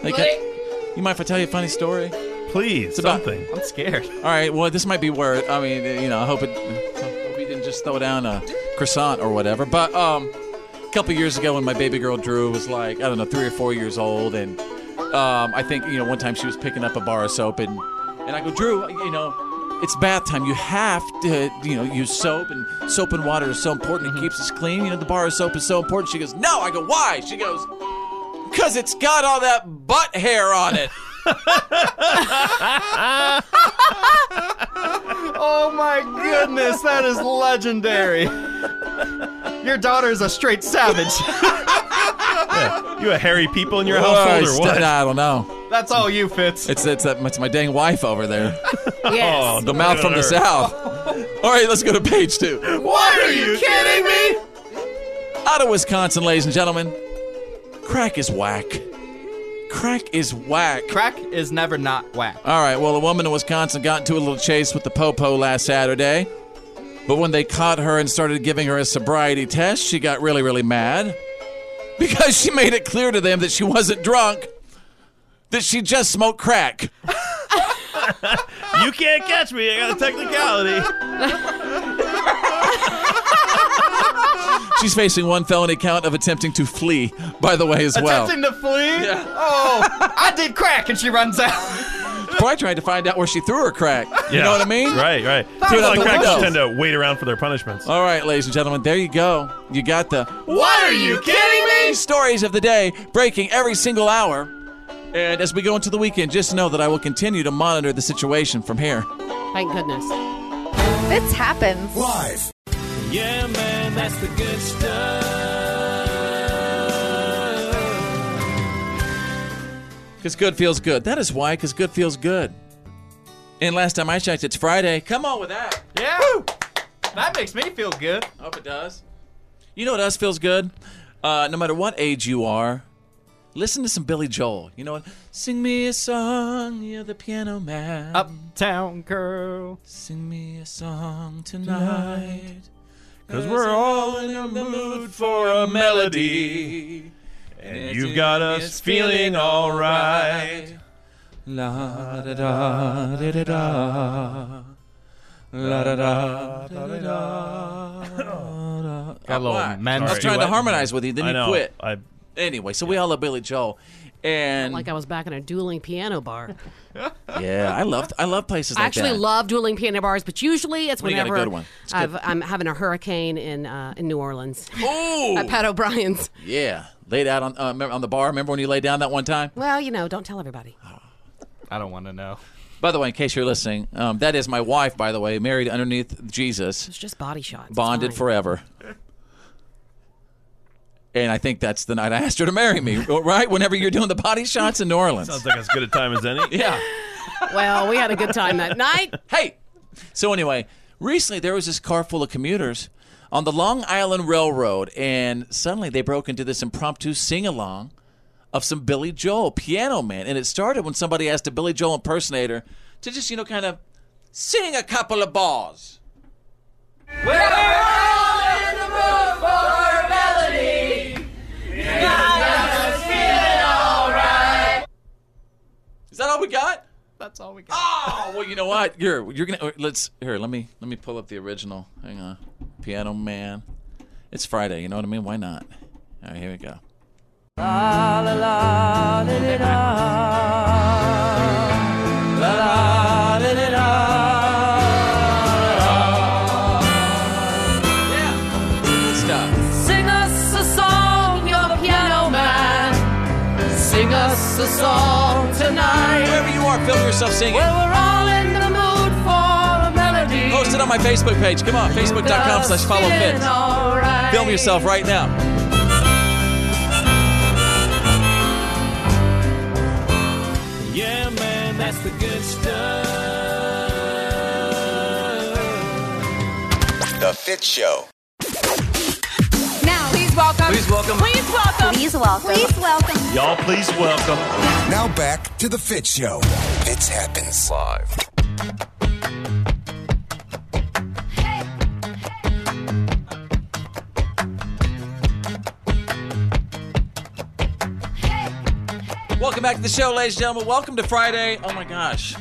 E: Hey, can- you mind if I tell you a funny story?
J: Please,
E: it's about,
J: something.
G: I'm scared.
E: All right, well, this might be word. I mean, you know, I hope it. I hope you didn't just throw down a croissant or whatever. But um, a couple years ago, when my baby girl Drew was like, I don't know, three or four years old, and um, I think you know, one time she was picking up a bar of soap, and and I go, Drew, you know, it's bath time. You have to, you know, use soap, and soap and water is so important.
J: Mm-hmm.
E: It keeps us clean. You know, the bar of soap is so important. She goes, No. I go, Why? She goes, Cause it's got all that butt hair on it.
G: Oh my goodness, that is legendary. Your daughter is a straight savage.
J: You a hairy people in your
E: Well,
J: household
E: it's-
J: or what?
E: I don't know.
G: That's all you, Fitz.
E: It's it's, that, it's my dang wife over there.
J: Yes.
E: Oh, the mouth from the
J: look at her.
E: south. All right, let's go to page two.
A: Why are you kidding me?
E: Out of Wisconsin, ladies and gentlemen, crack is whack. Crack is whack.
G: Crack is never not whack.
E: All right, well, a woman in Wisconsin got into a little chase with the popo last Saturday. But when they caught her and started giving her a sobriety test, she got really, really mad because she made it clear to them that she wasn't drunk, that she just smoked crack.
J: You can't catch me. I got a technicality.
E: She's facing one felony count of attempting to flee, by the way, as well.
G: Attempting to flee? Oh, I did crack and she runs out.
E: Probably trying to find out where she threw her crack. You know what I mean?
J: Right, right.
E: Throw it
J: People
E: out
J: on
E: the
J: crack
E: window.
J: just tend to wait around for their punishments.
E: All right, ladies and gentlemen, there you go. You got the What
A: Are You Kidding Me?
E: Stories of the day breaking every single hour. And as we go into the weekend, just know that I will continue to monitor the situation from here.
I: Thank goodness.
D: This happens.
C: Live.
A: Yeah, man, that's the good stuff.
E: Because good feels good. That is why, because good feels good. And last time I checked, it's Friday. Come on with that.
G: Yeah. That makes me feel good.
E: Hope it does. You know what else feels good? Uh, no matter what age you are, listen to some Billy Joel. You know what? Sing me a song, you're the piano man.
G: Uptown girl.
E: Sing me a song tonight.
J: Because we're all in a mood for a melody. And you've got us feeling alright.
E: La da da da da da. La da da da da da.
J: Got a little
E: Why?
J: men's
E: I was trying to
J: duet.
E: harmonize with you, then
J: I
E: you
J: know.
E: quit.
J: I-
E: Anyway, so we all love Billy Joel, and
I: Like I was back in a dueling piano bar.
E: yeah, I love I love places
I: I
E: like
I: actually
E: that.
I: love dueling piano bars, but usually it's
E: Well, you got a
I: whenever
E: good one. It's good.
I: I've, I'm having a hurricane in uh, in New Orleans
E: Ooh.
I: at Pat O'Brien's.
E: yeah, laid out on uh, remember- on the bar. Remember when you laid down that one time?
I: Well, you know, don't tell everybody.
G: I don't want to know.
E: By the way, in case you're listening, um, that is my wife. By the way, married underneath Jesus.
I: It's just body shots. It's
E: bonded
I: fine.
E: forever. And I think that's the night I asked her to marry me, right? Whenever you're doing the body shots in New Orleans.
J: Sounds like as good a time as any.
E: Yeah.
I: Well, we had a good time that night.
E: Hey. So anyway, recently there was this car full of commuters on the Long Island Railroad, and suddenly they broke into this impromptu sing-along of some Billy Joel, Piano Man, and it started when somebody asked a Billy Joel impersonator to just you know kind of sing a couple of bars.
A: We're all in the mood for a melody. You got us feeling alright.
E: Is that all we got?
G: That's all we got.
E: Oh well, you know what? You're you're gonna uh, let's here. Let me let me pull up the original. Hang on, Piano Man. It's Friday. You know what I mean? Why not? All right, here we go.
A: La la la la la la. La la la la la.
E: Good stuff.
A: Sing us a song, you're the sing us a song tonight.
E: Wherever you are, film yourself singing.
A: Well, we're all in the mood for a melody.
E: Post it on my Facebook page. Come on, facebook.com slash follow fit. Film yourself right now.
Q: Yeah, man, that's the good stuff.
C: The Fit Show.
D: Now, please welcome.
C: Please welcome.
D: Please welcome. Please welcome. Please welcome.
C: Y'all, please welcome. Now back to The Fit Show. Fits happens live.
E: Welcome back to the show, ladies and gentlemen. Welcome to Friday. Oh my gosh.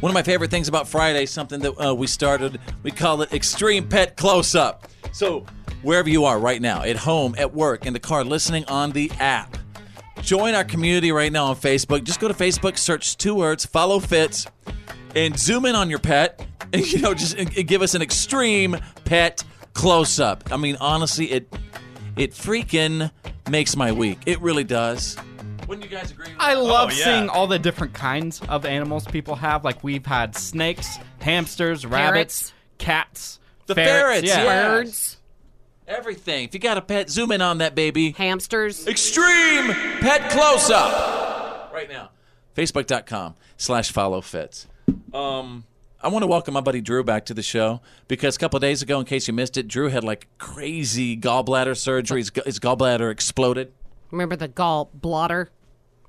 E: One of my favorite things about Friday, something that uh, we started, we call it Extreme Pet Close Up. So, wherever you are right now, at home, at work, in the car, listening on the app, join our community right now on Facebook. Just go to Facebook, search two words, follow fits, and zoom in on your pet. And, you know, just and- and give us an extreme pet close up. I mean, honestly, it it freaking makes my week. It really does. Wouldn't you guys agree?
G: I love
E: Oh, yeah.
G: seeing all the different kinds of animals people have. Like we've had snakes, hamsters, rabbits, cats,
E: The ferrets, yeah. Birds. Everything. If you got a pet, zoom in on that baby.
I: Hamsters.
E: Extreme pet close up. Right now. Facebook.com slash follow fits. Um, I want to welcome my buddy Drew back to the show because a couple of days ago, in case you missed it, Drew had like crazy gallbladder surgery. His, ga- his gallbladder exploded.
I: Remember the gall blotter?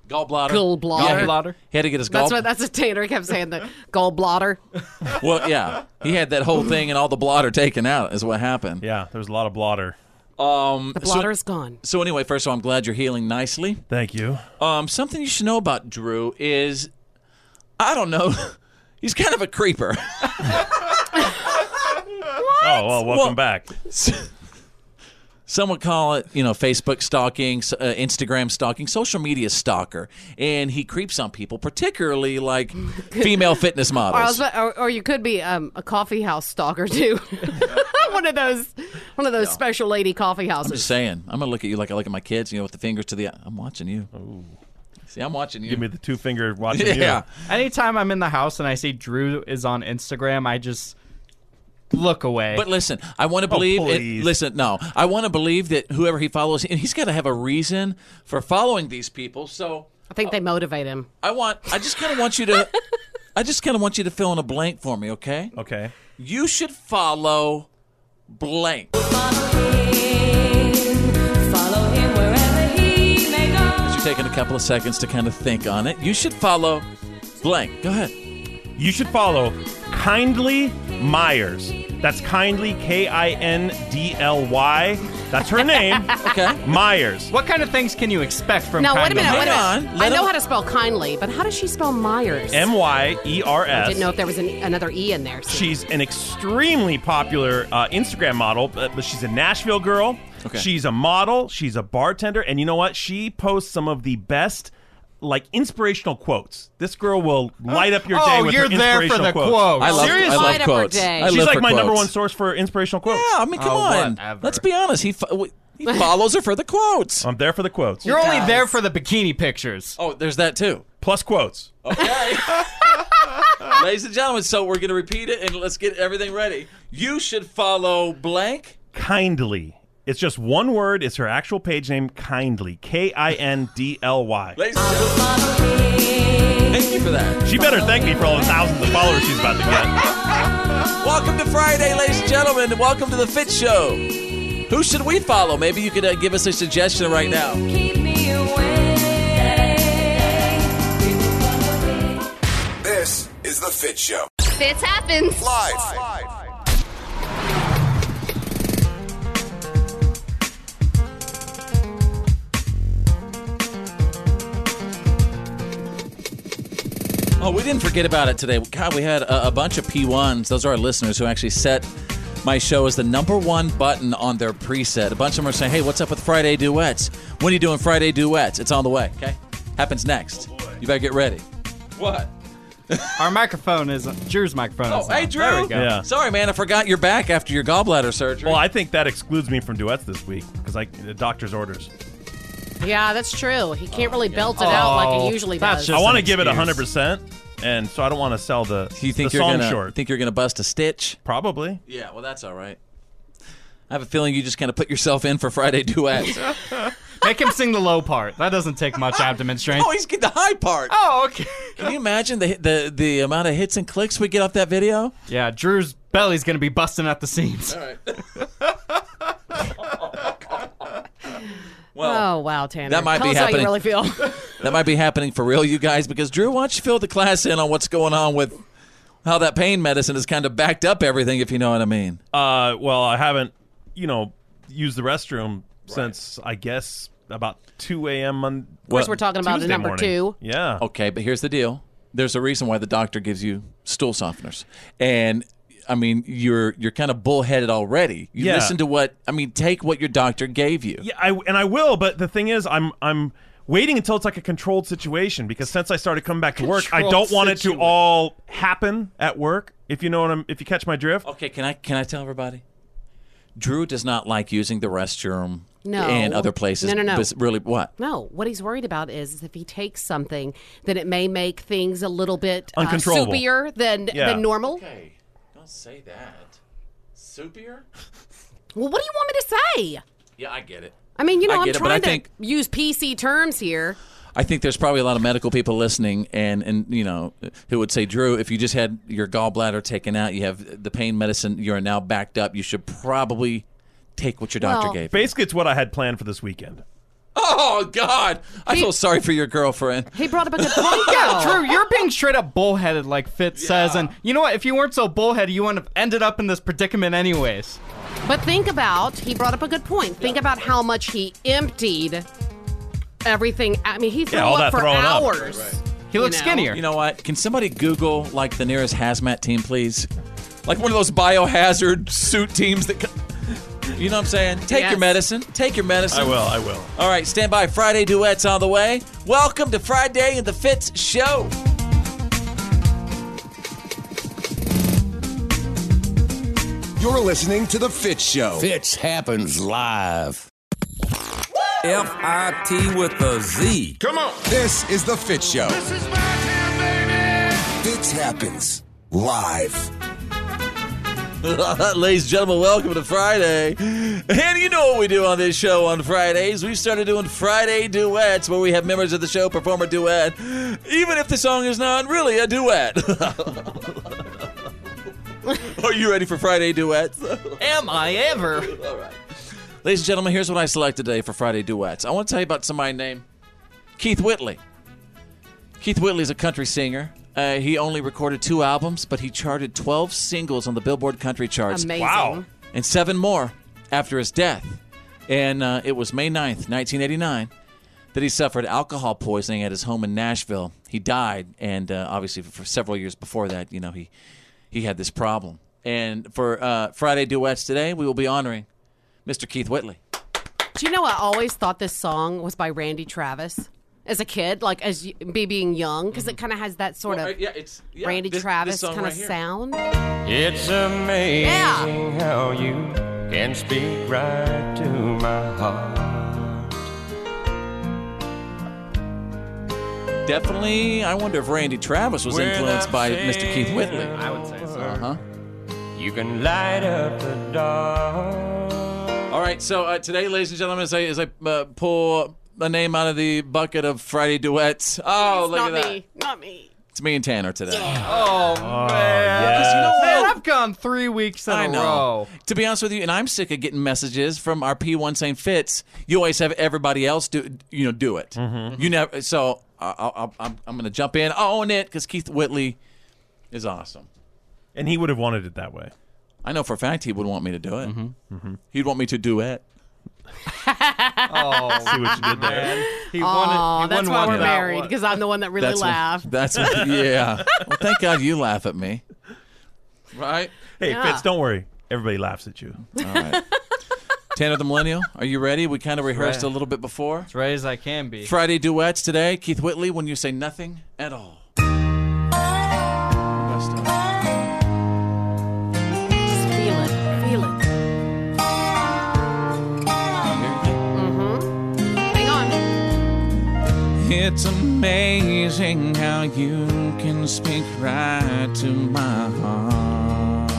E: Gallbladder.
I: Gallbladder.
E: Yeah, he- He had to get his
I: That's
E: gall.
I: what that's what Tanner kept saying. The gallbladder.
E: well, yeah, he had that whole thing and all the blotter taken out is what happened. Yeah, there was a lot of blotter. Um,
I: The
E: so-
I: blotter is gone.
E: So anyway, first of all, I'm glad you're healing nicely. Thank you. Um, something you should know about Drew is, I don't know, he's kind of a creeper.
J: Oh, well,
E: Well-
J: welcome back.
E: Some would call it, you know, Facebook stalking, s- uh, Instagram stalking, social media stalker, and he creeps on people, particularly like female fitness
I: Or, I was
E: models.
I: about- or, or you could be um, a coffee house stalker too. one of those, one of those special lady coffee
E: I'm just
I: houses.
E: saying, I'm gonna look at you like I look at my kids, you know, with the fingers to the. I'm watching you. See, I'm watching you. Give me the two finger watching
G: Anytime I'm in the house and I see Drew is on Instagram, I just look away. Oh,
E: But listen, I want to believe. it, listen, no, I want to believe that whoever he follows, and he's got to have a reason for following these people. So
I: I think they motivate him.
E: I want. I just kind of want you to. I just kind of want you to fill in a blank for me, okay? Okay. You should follow blank.
A: Follow him wherever he may go.
E: As you're taking a couple of seconds to kind of think on it, you should follow blank. Go ahead.
J: You should follow Kindly Myers. That's Kindly K I N D L Y. That's her name.
E: okay.
J: Myers. What kind of things can you expect from
I: Now wait a minute. Wait a minute. I know how to spell kindly, but how does she spell Myers?
J: M Y E R
I: I
J: S.
I: didn't know if there was an, another e in there.
J: She's an extremely popular uh, Instagram model, but, but she's a Nashville girl.
E: Okay.
J: She's a model. She's a bartender, and you know what? She posts some of the best, like inspirational quotes. This girl will light up your day
G: Oh,
J: with
G: you're
J: her
G: there for
J: inspirational
G: the
J: quotes.
G: quotes. I love- I Seriously? love Light up her
E: quotes. day. I
J: She's
E: live
J: like
E: for
J: my number
E: quotes.
J: one source for inspirational quotes.
E: Yeah, I mean,
G: Oh,
E: come on. Let's be honest. He fo- w- he follows her for the quotes.
J: I'm there for the quotes.
G: You're only there for the bikini pictures.
E: Oh, there's that too.
J: Plus quotes.
E: Uh, Ladies and gentlemen, so we're going to repeat it and let's get everything ready. You should follow blank.
J: Kindly. It's just one word. It's her actual page name. Kindly. K I N D L Y.
E: Ladies and gentlemen, thank you for that.
J: She better thank me for all the thousands of followers she's about to get.
E: Welcome to Friday, ladies and gentlemen. and Welcome to the Fit Show. Who should we follow? Maybe you could uh, give us a suggestion right now.
C: This is The Fit Show.
D: Fits happens.
C: Live.
E: Oh, we didn't forget about it today. God, we had a, a bunch of P1s. Those are our listeners who actually set my show as the number one button on their preset. A bunch of them are saying, hey, what's up with Friday duets? When are you doing Friday duets? It's on the way, okay? Happens
J: Oh,
E: next. you better get ready. What?
G: Our microphone is uh, Drew's microphone.
E: Oh,
G: is
E: hey,
G: on.
E: Drew.
G: There we go.
E: Sorry, man. I forgot you're back after your gallbladder surgery.
J: Well, I think that excludes me from duets this week because I the doctor's orders.
I: Yeah, that's true. He can't
E: Oh,
I: really belt it out like
J: Oh,
G: Oh,
I: he usually does.
J: I want to give it hundred percent, and so I don't want to sell the,
E: Do you think
J: the
E: you're
J: song
E: gonna
J: short.
E: think you're gonna bust a stitch?
J: Probably.
E: Yeah, well, that's all right. I have a feeling you just kind of put yourself in for Friday duets.
G: Make him sing the low part. That doesn't take much abdomen strength.
E: oh, he's get the high part.
G: Oh, okay.
E: Can you imagine the the the amount of hits and clicks we get off that video?
G: Yeah, Drew's belly's gonna be busting at the seams.
I: oh wow, Tanner.
E: that might
I: Tell
E: be happening.
I: us How you really feel.
E: That might be happening for real, you guys, because Drew, why don't you fill the class in on what's going on with how that pain medicine has kind of backed up everything, if you know what I mean.
J: Uh, well, I haven't, you know, used the restroom since I guess about two a.m. on. Of
I: course, we're talking about the number two.
J: Yeah.
E: Okay, but here's the deal. There's a reason why the doctor gives you stool softeners, and I mean you're you're kind of bullheaded already. You
J: Yeah.
E: listen to what I mean. Take what your doctor gave you.
J: Yeah, I, and I will, but the thing is, I'm I'm waiting until it's like a controlled situation because since I started coming back to work, I
E: Controlled
J: don't want it to all happen at work. If you know what I'm, if you catch my drift.
E: Okay, can I can I tell everybody? Drew does not like using the restroom
I: No.
E: and other places.
I: No, no, no.
E: Bes- Really, what?
I: No, what he's worried about is, is if he takes something, then it may make things a little bit uh,
E: Uncontrollable.
I: soupier than
E: Yeah.
I: than normal.
E: Okay, don't say that. Soupier?
I: Well, what do you want me to say?
E: Yeah, I get it.
I: I mean, you know,
E: I
I: I'm
E: get it, but
I: trying
E: I
I: to
E: think-
I: use PC terms here.
E: I think there's probably a lot of medical people listening, and and you know, who would say, Drew, if you just had your gallbladder taken out, you have the pain medicine, you are now backed up. You should probably take what your doctor
I: Well-
E: gave.
J: Basically, it's what I had planned for this weekend.
E: Oh God, I
I: He-
E: feel sorry for your girlfriend.
I: He brought up a good point, though.
G: Yeah, Drew, you're being straight up bullheaded, like Fitz says. And you know what? If you weren't so bullheaded, you wouldn't have ended up in this predicament, anyways.
I: But think about, he brought up a good point. Think about how much he emptied everything. I mean, he threw up for hours.
E: He
I: looks know? skinnier.
E: You know what? Can somebody Google like the nearest hazmat team, please? Like one of those biohazard suit teams that. co- You know what I'm saying? Take your
J: Yes.
E: medicine. Take your medicine.
J: I will. I will.
E: All right, stand by. Friday duets on the way. Welcome to Friday and the Fitz Show.
C: You're listening to The Fit Show.
R: Fitz happens live. F I T with a Z.
C: Come on. This is The Fit Show. This is my town, baby. Fits happens live.
E: Ladies and gentlemen, welcome to Friday. And you know what we do on this show on Fridays. We've started doing Friday duets where we have members of the show perform a duet, even if the song is not really a duet. Are you ready for Friday duets?
G: Am I ever?
E: All right. Ladies and gentlemen, here's what I selected today for Friday duets. I want to tell you about somebody named Keith Whitley. Keith Whitley is a country singer. Uh, he only recorded two albums, but he charted 12 singles on the Billboard country charts.
I: Amazing. Wow.
E: And seven more after his death. And uh, it was May 9th, 1989, that he suffered alcohol poisoning at his home in Nashville. He died, and uh, obviously for, for several years before that, you know, he, he had this problem. And for uh, Friday Duets today, we will be honoring Mr. Keith Whitley.
I: Do you know I always thought this song was by Randy Travis as a kid, like as y- me being young, because it kind of has that sort of
E: Mm-hmm. uh, yeah, it's,
I: Randy
E: this- this
I: Travis
E: song
I: kind
E: right
I: of
E: here.
I: sound.
A: It's amazing how you can speak right to my heart.
E: Definitely, I wonder if Randy Travis was influenced by Mr. Keith Whitley.
A: I would say so.
E: Uh huh.
A: You can light up the dark.
E: All right, so uh, today, ladies and gentlemen, as I, as I uh, pull a name out of the bucket of Friday duets, oh, look
I: not
E: at that.
I: me, not me.
E: It's me and Tanner today.
G: Oh, man.
E: yes. You know
G: man,
E: what?
G: I've gone three weeks in
E: I
G: a
E: know.
G: row.
E: To be honest with you, and I'm sick of getting messages from our P1 St. Fitz. You always have everybody else do you know do it.
G: Mm-hmm.
E: You never. So I, I, I'm I'm going to jump in on it because Keith Whitley is awesome,
J: and he would have wanted it that way.
E: I know for a fact he would want me to do it.
G: Mm-hmm.
E: Mm-hmm. He'd want me to duet.
G: Oh,
J: See what you did there.
G: He
I: Aw,
G: wanted, he
I: that's
G: won
I: why
G: one
I: we're
G: without
I: married
G: one.
I: because I'm the one that really
E: That's what-
I: laughed.
E: that's what, yeah. Well, thank God you laugh at me. Right?
J: Hey,
I: Yeah.
J: Fitz, don't worry. Everybody laughs at you.
E: All right. Tanner the Millennial, are you ready? We kind of rehearsed a little bit before. As
G: ready as I can be.
E: Friday duets today. Keith Whitley, when you say nothing at all. Best of.
I: Just feel it, feel it. Mm-hmm. Hang on.
E: It's amazing how you can speak right to my heart.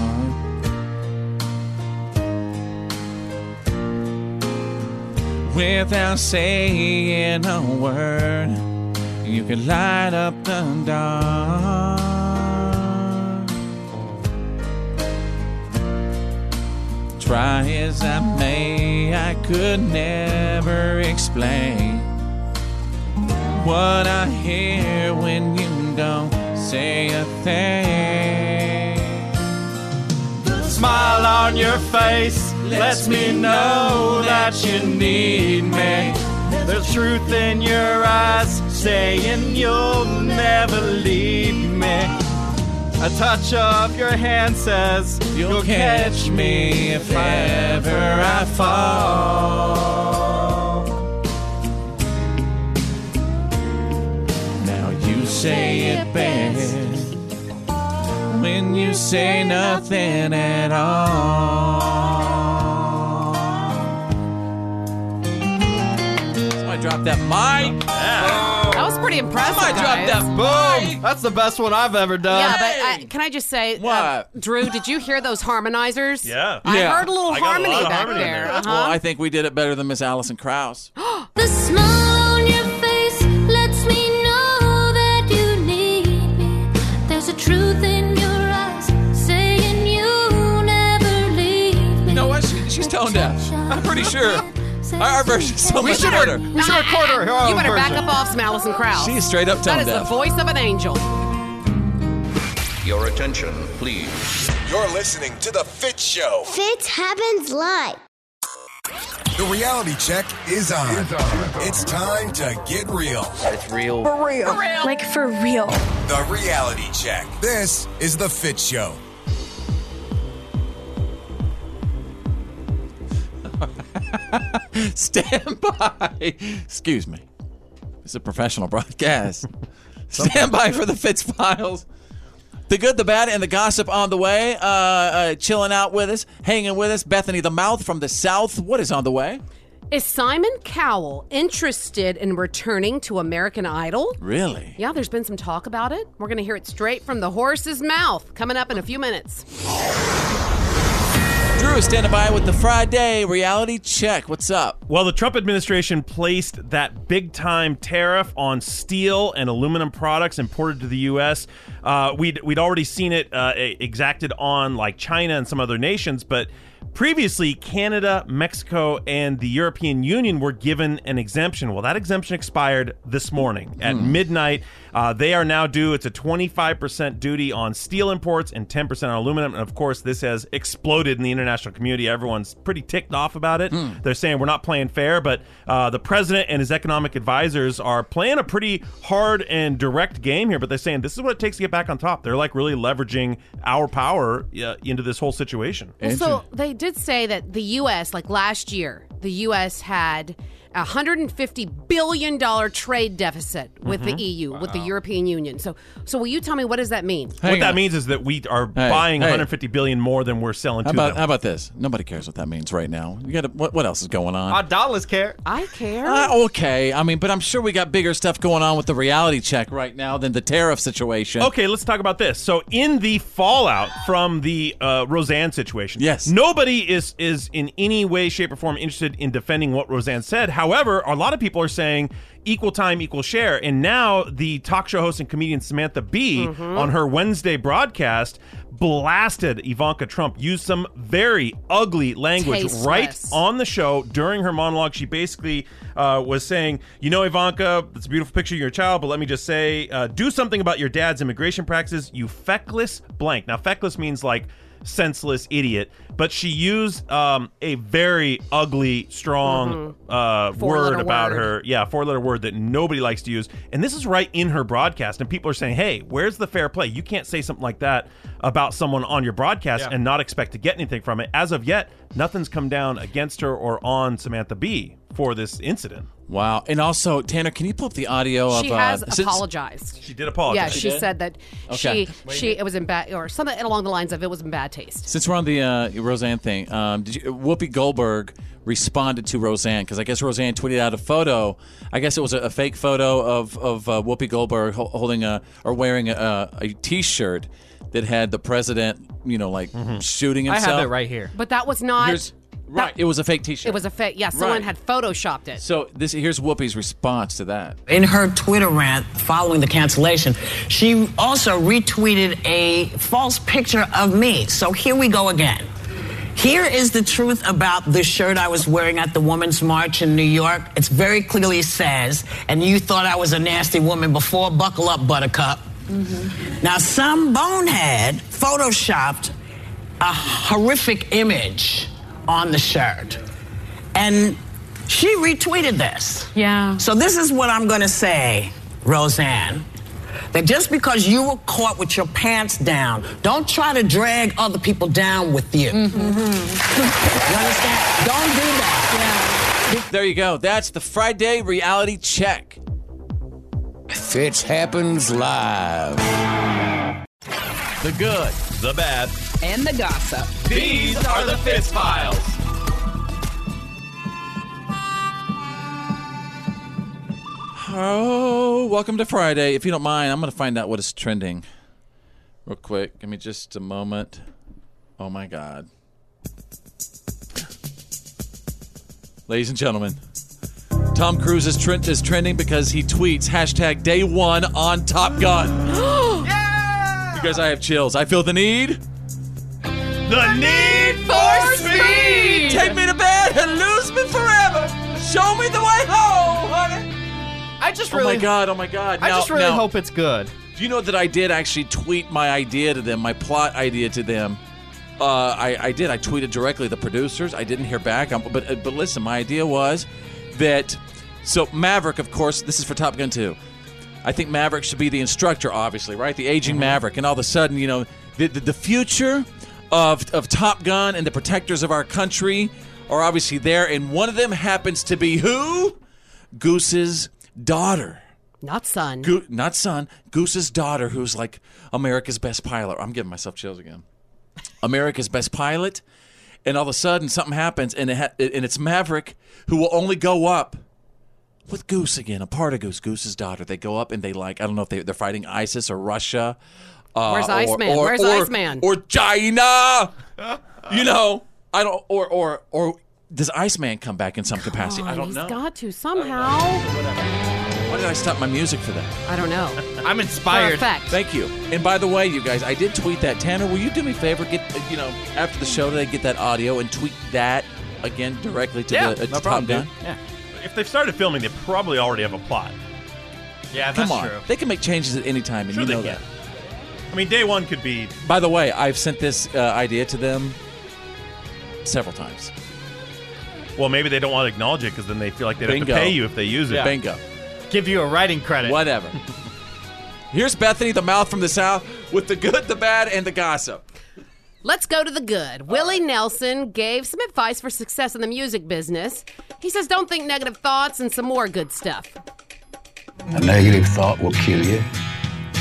E: Without saying a word, you can light up the dark. Try as I may, I could never explain what I hear when you don't say a thing.
Q: Smile on your face lets me know that you need me. There's truth in your eyes saying you'll never leave me. A touch of your hand says you'll, catch me if ever I fall.
E: Now you say it best when you say nothing at all. Somebody drop that mic.
I: That was pretty impressive. guys.
G: boom. That's the best one I've ever done.
I: Yeah, but uh, can I just say, uh, Drew, did you hear those harmonizers?
E: Yeah.
I: I
E: Yeah.
I: heard a little
E: I got a
I: harmony
E: lot of
I: back
E: harmony in
I: there.
E: there.
I: Uh-huh.
E: Well, I think we did it better than Miss Allison Krauss.
A: The smile on your face lets me know that you need me. There's a truth in your eyes saying you never leave me.
E: You know what? She, she's tone deaf. I'm pretty sure. Our, our version's so
I: We
E: much
I: should-
E: better.
I: we should record her- her You own better back version. up off some Allison Krauss.
E: She's straight up
I: That
E: tone
I: is the
E: deaf.
I: voice of an angel.
M: Your attention, please.
C: You're listening to The Fit Show.
H: Fits happens live.
C: The reality check is on. It's, time to get real. It's real.
L: Like for real.
C: The reality check. This is The Fit Show.
E: Stand by. Excuse me. It's a professional broadcast. Stand by for the Fitz Files. The good, the bad, and the gossip on the way. Uh, uh, chilling out with us, hanging with us. Bethany the Mouth from the South. What is on the way?
I: Is Simon Cowell interested in returning to American Idol?
E: Really?
I: Yeah, there's been some talk about it. We're going to hear it straight from the horse's mouth coming up in a few minutes.
E: Drew is standing by with the Friday reality check. What's up?
J: Well, the Trump administration placed that big time tariff on steel and aluminum products imported to the U.S. Uh, we'd, we'd already seen it uh, e- exacted on like China and some other nations, but previously Canada, Mexico, and the European Union were given an exemption. Well, that exemption expired this morning at midnight. Uh, they are now due. It's a 25% duty on steel imports and 10% on aluminum. And of course, this has exploded in the international community. Everyone's pretty ticked off about it. They're saying we're not playing fair, but uh, the president and his economic advisors are playing a pretty hard and direct game here. But they're saying this is what it takes to get back on top. They're like really leveraging our power uh, into this whole situation.
I: Well, so they did say that the U.S., like last year, the U.S. had a $150 billion trade deficit with
J: Mhm.
I: the EU, with the
J: Wow.
I: European Union. So, so will you tell me what does that mean?
J: what that means is that we are buying
E: hey.
J: 150 billion more than we're selling
E: How
J: to
E: about
J: them.
E: how about this? Nobody cares what that means right now. You got to what, what else is going on?
G: dollars care.
I: I care.
E: Uh, okay, I mean, but I'm sure we got bigger stuff going on with the reality check right now than the tariff situation.
J: Okay, let's talk about this. So, in the fallout from the uh, Roseanne situation, yes, nobody is is in any way, shape, or form interested in defending what Roseanne said. However, a lot of people are saying equal time, equal share, and now the talk show host and comedian Samantha Bee
E: Mhm.
J: on her Wednesday broadcast blasted Ivanka Trump, used some very ugly language right
E: Tasteless.
J: on the show during her monologue, she basically uh, was saying, "You know, Ivanka, it's a beautiful picture of your child, but let me just say, uh, do something about your dad's immigration practices, you feckless blank." Now, feckless means like senseless idiot, but she used um, a very ugly, strong uh,
E: Four-letter
J: word about
E: word.
J: her. Yeah, four-letter word that nobody likes to use, and this is right in her broadcast, and people are saying, "Hey, where's the fair play? You can't say something like that about someone on your broadcast
E: Yeah.
J: and not expect to get anything from it. As of yet, nothing's come down against her or on Samantha Bee for this incident.
E: Wow. And also, Tanner, can you pull up the audio
I: She
E: of? uh,
I: has
E: this is-
I: apologized.
J: She did
I: Yeah, she, said that
E: Okay.
I: she she it was in bad or something along the lines of it was in bad taste.
E: Since we're on the uh, Roseanne thing, um, did you, Whoopi Goldberg responded to Roseanne because I guess Roseanne tweeted out a photo. I guess it was a, a fake photo of of uh, Whoopi Goldberg ho- holding a or wearing a, a T-shirt that had the president, you know, like
J: Mm-hmm.
E: shooting
I: I have
E: himself.
I: it
G: right here.
I: But that was not.
E: Here's, right, it was a fake T-shirt.
I: It was a fake. Yeah, someone
E: Right.
I: had photoshopped it.
E: so this here's Whoopi's response to that.
S: In her Twitter rant following the cancellation, she also retweeted a false picture of me. So here we go again. Here is the truth about the shirt I was wearing at the Women's March in New York. It's very clearly says, and you thought I was a nasty woman before. Buckle up, Buttercup. Now, some bonehead photoshopped a horrific image on the shirt. And she retweeted this. Yeah. So, this is what I'm going to say, Roseanne. That just because you were caught with your pants down, don't try to drag other people down with you. Mm-hmm. you understand? Don't do that.
E: There you go. That's the Friday reality check.
T: Fitch happens live.
E: The good,
J: the bad,
U: And the gossip.
J: These are the Fitz Files.
E: Oh, welcome to Friday. If you don't mind, I'm going to find out what is trending real quick. Give me just a moment. Oh my God. Ladies and gentlemen, Tom Cruise is, trend- is trending because he tweets hashtag day one on Top Gun. You guys, I have chills. I feel the need.
J: The need
E: for
U: speed.
E: Take me to bed and lose me forever. Show me the way home, honey.
G: I just
E: Oh
G: really-
E: my god! Oh my god!
G: I
E: Now-
G: just really
E: now-
G: hope it's good.
E: Do you know that I did actually tweet my idea to them, my plot idea to them? Uh, I, I did. I tweeted directly to the producers. I didn't hear back. Um, but uh, but listen, my idea was that so Maverick, of course, this is for Top Gun 2. I think Maverick should be the instructor, obviously, right? The aging
G: Mm-hmm.
E: Maverick, and all of a sudden, you know, the the, the future of of Top Gun and the protectors of our country are obviously there, and one of them happens to be who? Goose's daughter.
I: Not son.
E: Go- not son, Goose's daughter, who's like America's best pilot. I'm giving myself chills again. America's best pilot, and all of a sudden something happens, and it ha- and it's Maverick who will only go up with Goose again, a part of Goose, Goose's daughter. They go up and they like I don't know if they, they're fighting ISIS or Russia. Uh,
I: Where's
E: or-
I: Iceman?
E: or-
I: Where's
E: or-
I: Iceman?
E: Or China? you know, I don't. Or or or does Iceman come back in some capacity? I
I: God,
E: don't
I: he's
E: know.
I: got to somehow.
E: Why did I stop my music for that?
I: I don't know.
G: I'm
I: inspired. For effect.
E: Thank you. And by the way, you guys, I did tweet that. Tanner, will you do me a favor? Get uh, you know after the show today, get that audio and tweet that again directly to
J: Yeah,
E: the uh,
J: no
E: to
J: problem,
E: Top Gun.
J: dude. If they've started filming, they probably already have a plot. Yeah,
E: Come on, they can make changes at any time, and
J: Sure
E: you
J: they
E: know
J: can.
E: that.
J: I mean, day one could be.
E: By the way, I've sent this uh, idea to them several times.
J: Well, maybe they don't want to acknowledge it because then they feel like they'd
E: Bingo.
J: have to pay you if they use it.
E: Yeah. Bingo.
G: Give you a writing credit.
E: Whatever. Here's Bethany, the mouth from the south, with the good, the bad, and the gossip.
I: Let's go to the good. Willie Nelson gave some advice for success in the music business. He says, don't think negative thoughts and some more good stuff.
O: A negative thought will kill you.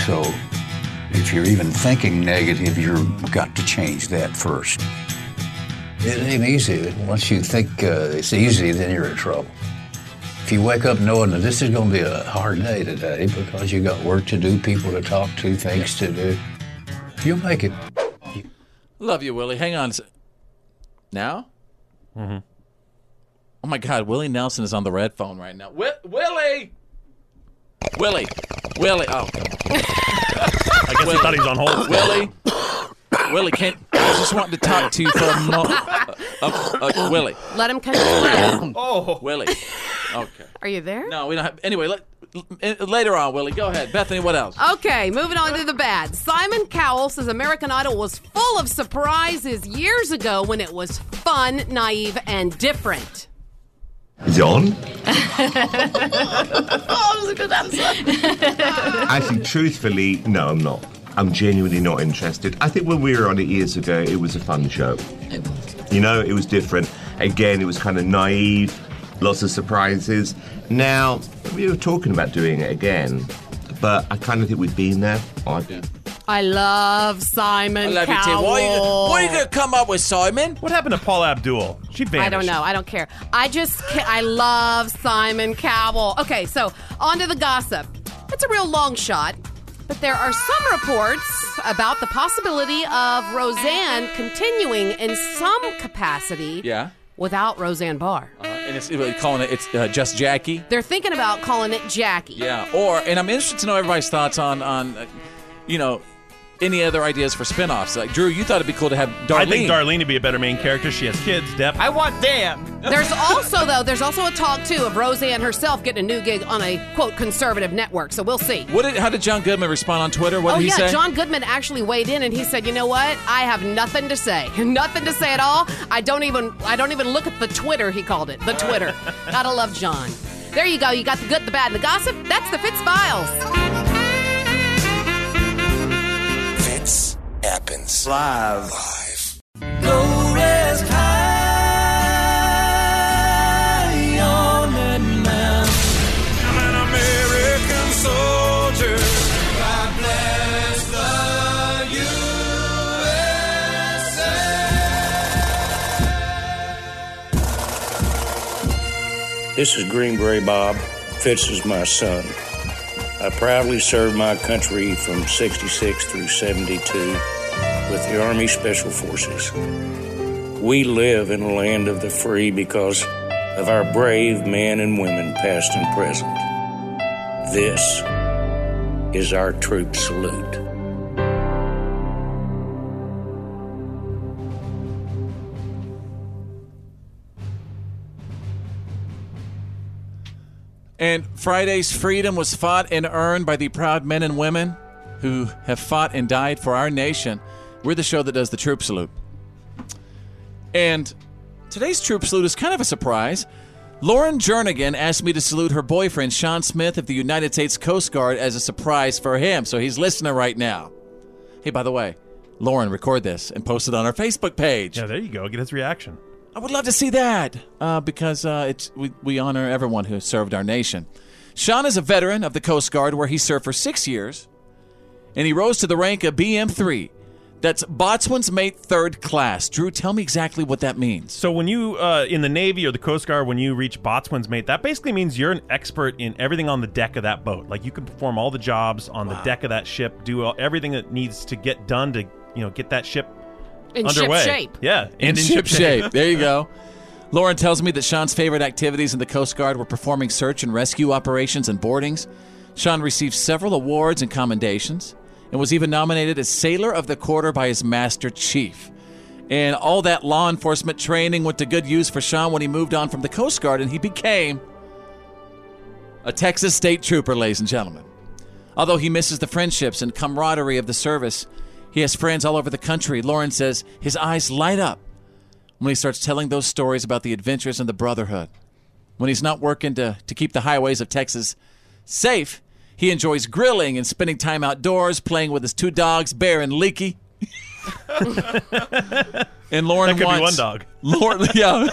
O: So if you're even thinking negative, you've got to change that first. It ain't easy. Once you think uh, it's easy, then you're in trouble. If you wake up knowing that this is going to be a hard day today because you got work to do, people to talk to, things to do, you'll make it.
E: Love you, Willie. Hang on. a se- Now? Mm-hmm. Oh my God, Willie Nelson is on the red phone right now. Wi- Willie! Willie! Willie! Oh. I
J: guess I thought he was on hold.
E: Willie! Willie, can I was just wanting to talk to you for a moment. Uh, uh, uh, Willie.
I: Let him continue.
E: Oh. Willie. Okay.
I: Are you there?
E: No, we don't have. Anyway, let, l- uh, later on, Willie. Go ahead. Bethany, what else?
I: Okay, moving on to the bad. Simon Cowell says American Idol was full of surprises years ago when it was fun, naive, and different.
P: Is it on?
I: oh, was a good answer.
P: Actually, truthfully, no, I'm not. I'm genuinely not interested. I think when we were on it years ago, it was a fun show. You know, it was different. Again, it was kind of naive, lots of surprises. Now, we were talking about doing it again, but I kind of think we've been there. I,
I: I love Simon
E: I love you, Tim.
I: Cowell.
E: What are you, what are you gonna come up with, Simon?
J: What happened to Paula Abdul? She vanished.
I: I don't know. I don't care. I just, ca- I love Simon Cowell. Okay, so on to the gossip. It's a real long shot, but there are some reports about the possibility of Roseanne continuing in some capacity
E: Yeah.
I: without Roseanne Barr.
E: Uh, and it's uh, calling it. It's uh, just Jackie.
I: They're thinking about calling it Jackie.
E: Yeah. Or and I'm interested to know everybody's thoughts on on, uh, you know, any other ideas for spinoffs. Like Drew, you thought it'd be cool to have Darlene.
J: I think Darlene would be a better main character. She has kids. Depp.
G: I want Dan.
I: There's also, though, there's also a talk, too, of Roseanne herself getting a new gig on a, quote, conservative network. So we'll see.
E: What did, how did John Goodman respond on Twitter? What
I: oh,
E: did he
I: yeah.
E: say?
I: John Goodman actually weighed in and he said, you know what? I have nothing to say. nothing to say at all. I don't even I don't even look at the Twitter, he called it. The Twitter. Gotta love John. There you go. You got the good, the bad, and the gossip. That's the Fitz Files.
C: Fits happens live. Live.
Q: I'm an American soldier. I bless the
B: This is Green Beret Bob. Fitz is my son. I proudly served my country from 66 through 72 with the Army Special Forces. We live in a land of the free because of our brave men and women, past and present. This is our troop salute.
E: And Friday's freedom was fought and earned by the proud men and women who have fought and died for our nation. We're the show that does the troop salute. And today's troop salute is kind of a surprise. Lauren Jernigan asked me to salute her boyfriend, Sean Smith of the United States Coast Guard, as a surprise for him. So he's listening right now. Hey, by the way, Lauren, record this and post it on our Facebook page.
J: Yeah, there you go. Get his reaction.
E: I would love to see that uh, because uh, it's, we, we honor everyone who served our nation. Sean is a veteran of the Coast Guard, where he served for six years, and he rose to the rank of BM3. That's Botswan's Mate Third Class. Drew, tell me exactly what that means.
J: So when you uh, in the Navy or the Coast Guard, when you reach boatswain's mate, that basically means you're an expert in everything on the deck of that boat. Like you can perform all the jobs on the deck of that ship, do all, everything that needs to get done to you know get that ship
I: In ship
J: underway.
I: shape.
J: Yeah, and
E: in, ship, shape. There you go. Lauren tells me that Sean's favorite activities in the Coast Guard were performing search and rescue operations and boardings. Sean received several awards and commendations and was even nominated as Sailor of the Quarter by his Master Chief. And all that law enforcement training went to good use for Sean when he moved on from the Coast Guard and he became a Texas State Trooper, ladies and gentlemen. Although he misses the friendships and camaraderie of the service, he has friends all over the country. Lauren says his eyes light up when he starts telling those stories about the adventures and the brotherhood. When he's not working to, to keep the highways of Texas safe, he enjoys grilling and spending time outdoors playing with his two dogs, Bear and Leaky. and Lauren
J: That could be
E: wants
J: one dog.
E: Lauren, yeah.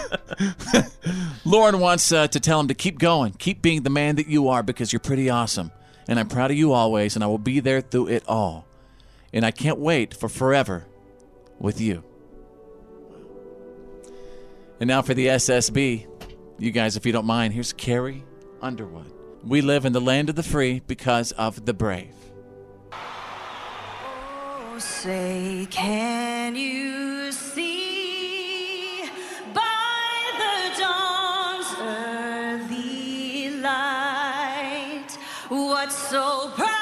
E: Lauren wants uh, to tell him to keep going, keep being the man that you are because you're pretty awesome, and I'm proud of you always, and I will be there through it all, and I can't wait for forever with you. And now for the SSB. You guys, if you don't mind, here's Carrie Underwood. We live in the land of the free because of the brave.
V: Oh, say, can you see by the dawn's early light what so proudly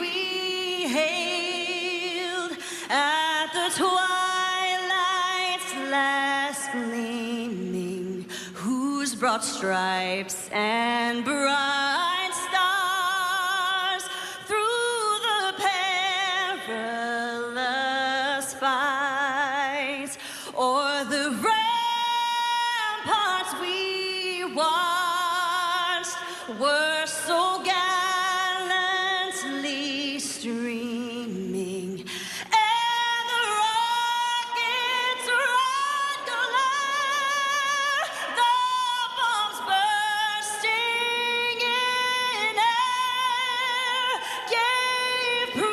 V: we hailed at the twilight's last gleaming, whose broad stripes and bright stars through the perilous fight o'er the ramparts we watched were so gallantly streaming and the rockets red glare the bombs bursting in air gave proof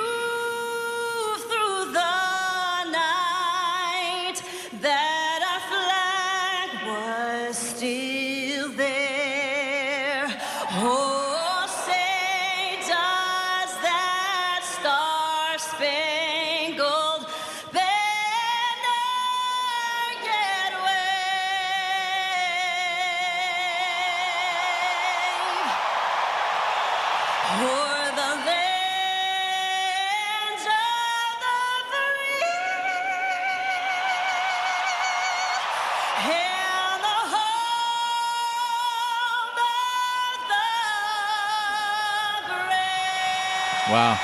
V: Oh, say does that star-spangled banner yet wave? O'er the lands of the free and the
E: Wow.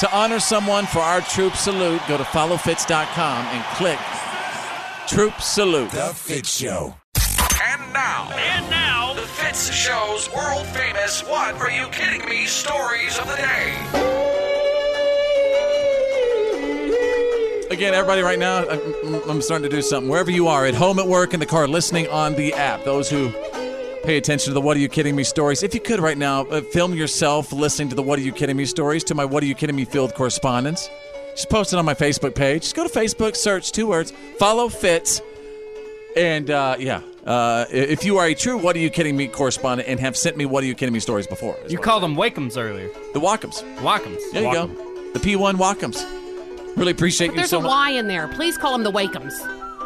E: To honor someone for our troop salute, go to followfits.com and click Troop Salute. The Fit Show.
M: And now, and now, the Fitz Show's world famous What Are You Kidding Me stories of the day.
E: Again, everybody, right now, I'm, I'm starting to do something. Wherever you are, at home, at work, in the car, listening on the app, those who pay attention to the What Are You Kidding Me stories, if you could right now, uh, film yourself listening to the What Are You Kidding Me stories to my What Are You Kidding Me field correspondence. Just post it on my Facebook page. Just go to Facebook, search two words, follow Fitz. And uh, yeah, uh, i- if you are a true What Are You Kidding Me correspondent and have sent me What Are You Kidding Me stories before,
G: You called them Wakems earlier.
E: the Wackums.
G: Wackums.
E: There you go. The P1 Wackums. Really appreciate
I: But
E: you
I: there's
E: so
I: a
E: much.
I: Y in there. Please call them the Wakems.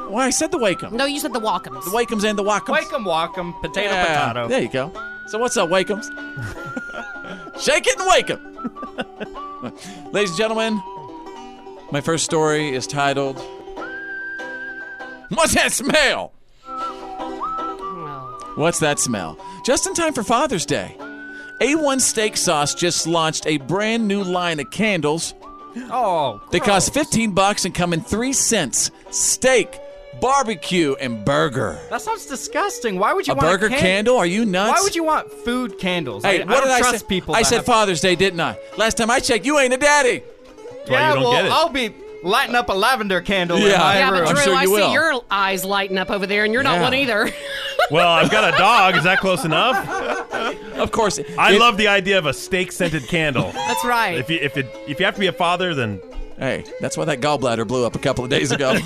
E: Well, I said the Wakem.
I: No, you said the Walkums. The
E: Wakems and the Wackums.
G: Wakem, Wakem, potato,
E: Yeah,
G: potato.
E: There you go. So what's up, Wakems? Shake it and wake 'em. Ladies and gentlemen, my first story is titled What's that smell? What's that smell? Just in time for Father's Day. A1 Steak Sauce just launched a brand new line of candles.
G: Oh.
E: They cost 15 bucks and come in 3 cents. Steak, barbecue, and burger.
G: That sounds disgusting. Why would you
E: a
G: want
E: burger
G: a can-
E: candle? Are you nuts?
G: Why would you want food candles?
E: Hey,
G: I,
E: what
G: I don't
E: did I
G: trust
E: say?
G: people.
E: I
G: that
E: said
G: have-
E: Father's Day, didn't I? Last time I checked, you ain't a daddy.
G: yeah, well, I'll be lighting up a lavender candle in
E: Yeah,
G: my
I: yeah,
G: room.
I: but Drew, I see your eyes lighting up over there, and you're
G: Yeah.
I: not one either.
J: Well, I've got a dog. Is that close enough?
E: Of course.
J: I
E: It-
J: love the idea of a steak scented candle.
I: That's right.
J: If you if it if you have to be a father, then
E: hey, that's why that gallbladder blew up a couple of days ago.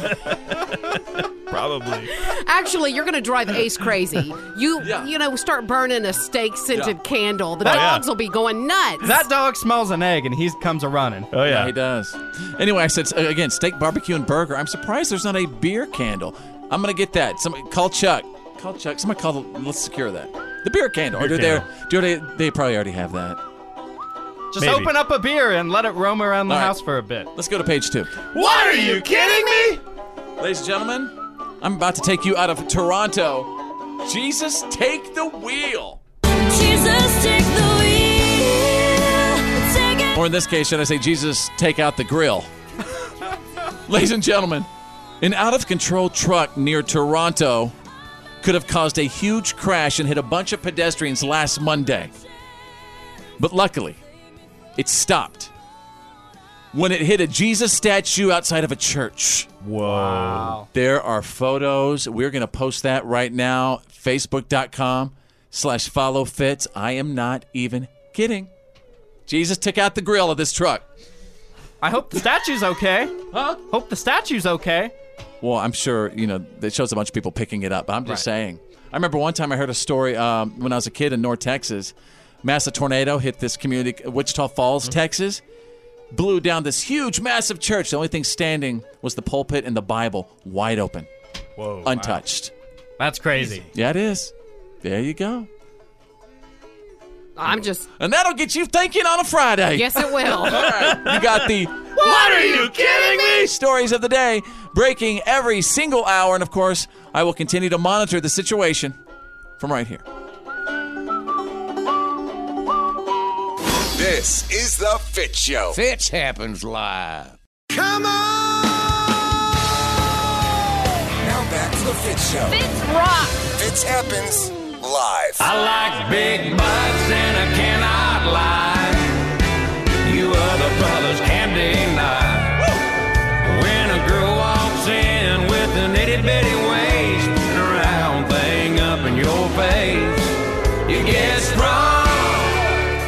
J: Probably.
I: Actually, you're going to drive Ace crazy. You, you know, start burning a steak scented
G: Yeah.
I: candle. The
G: Oh, yeah.
I: dogs will be going nuts.
G: That dog smells an egg and he comes a running.
J: Oh
E: yeah, he does. Anyway, I said uh, again, steak, barbecue, and burger. I'm surprised there's not a beer candle. I'm gonna get that. Somebody call Chuck. Call Chuck. Somebody call. The, let's secure that. The beer candle.
G: Beer
E: or do they? Do they? They probably already have that.
G: Just open up a beer and let it roam around the
E: All right.
G: house for a bit.
E: Let's go to page two.
G: What are you kidding me?
E: Ladies and gentlemen, I'm about to take you out of Toronto. Jesus, take the wheel.
A: Jesus, take the wheel. Take
E: Or in this case, should I say, Jesus, take out the grill? Ladies and gentlemen, an out of control truck near Toronto could have caused a huge crash and hit a bunch of pedestrians last Monday. But luckily, it stopped when it hit a Jesus statue outside of a church.
J: Whoa.
E: There are photos. We're going to post that right now. Facebook.com slash follow fits. I am not even kidding. Jesus took out the grill of this truck.
G: I hope the statue's okay.
E: Huh?
G: Hope the statue's okay.
E: Well, I'm sure, you know, it shows a bunch of people picking it up, but I'm just saying. I remember one time I heard a story um, when I was a kid in North Texas. Massive tornado hit this community, Wichita Falls,
G: Mm-hmm.
E: Texas, blew down this huge, massive church. The only thing standing was the pulpit and the Bible wide open,
J: Whoa.
E: untouched.
G: That's crazy.
E: Yeah, it is. There you go.
I: I'm just.
E: And that'll get you thinking on a Friday.
I: Yes, it will.
E: All right. You got the What are you kidding me? Stories of the day breaking every single hour. And of course, I will continue to monitor the situation from right here.
T: This is the Fit Show. Fitch happens live.
C: Come on! Now back to the Fit Show.
T: Fitz
C: Rock. Fitz happens live.
M: I like big butts and I cannot lie. You other brothers can deny. When a girl walks in with an itty bitty waist and a round thing up in your face, you get sprung.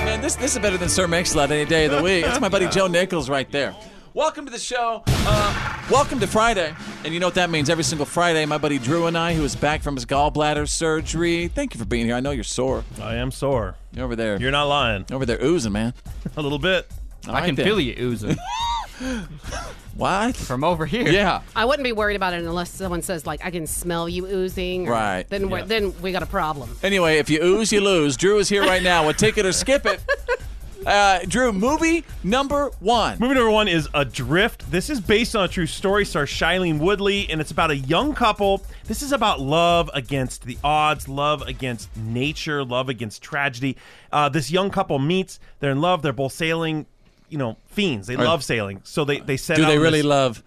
E: Man, this, this is better than Sir Mix-a-Lot any day of the week. That's my buddy Joe Nichols right there. Welcome to the show. Uh, Welcome to Friday. And you know what that means? Every single Friday, my buddy Drew and I, who is back from his gallbladder surgery, thank you for being here. I know you're sore.
J: I am sore.
E: You're over there.
J: You're not lying.
E: Over there oozing, man.
J: A little bit.
E: All right then.
G: oozing.
E: what?
G: From over here.
E: Yeah.
I: I wouldn't be worried about it unless someone says like I can smell you oozing. or-
E: Right.
I: Then we're,
E: Yeah.
I: then we got a problem.
E: Anyway, if you ooze, you lose. Drew is here right now. We'll take it or skip it. Uh, Drew, movie number one.
J: Movie number one is Adrift. This is based on a true story, stars Shailene Woodley, and it's about a young couple. This is about love against the odds, love against nature, love against tragedy. Uh, this young couple meets, they're in love, they're both sailing, you know, fiends. They
E: Are-
J: love sailing. So they, they set
E: Do
J: out
E: they
J: on
E: really
J: this-
E: love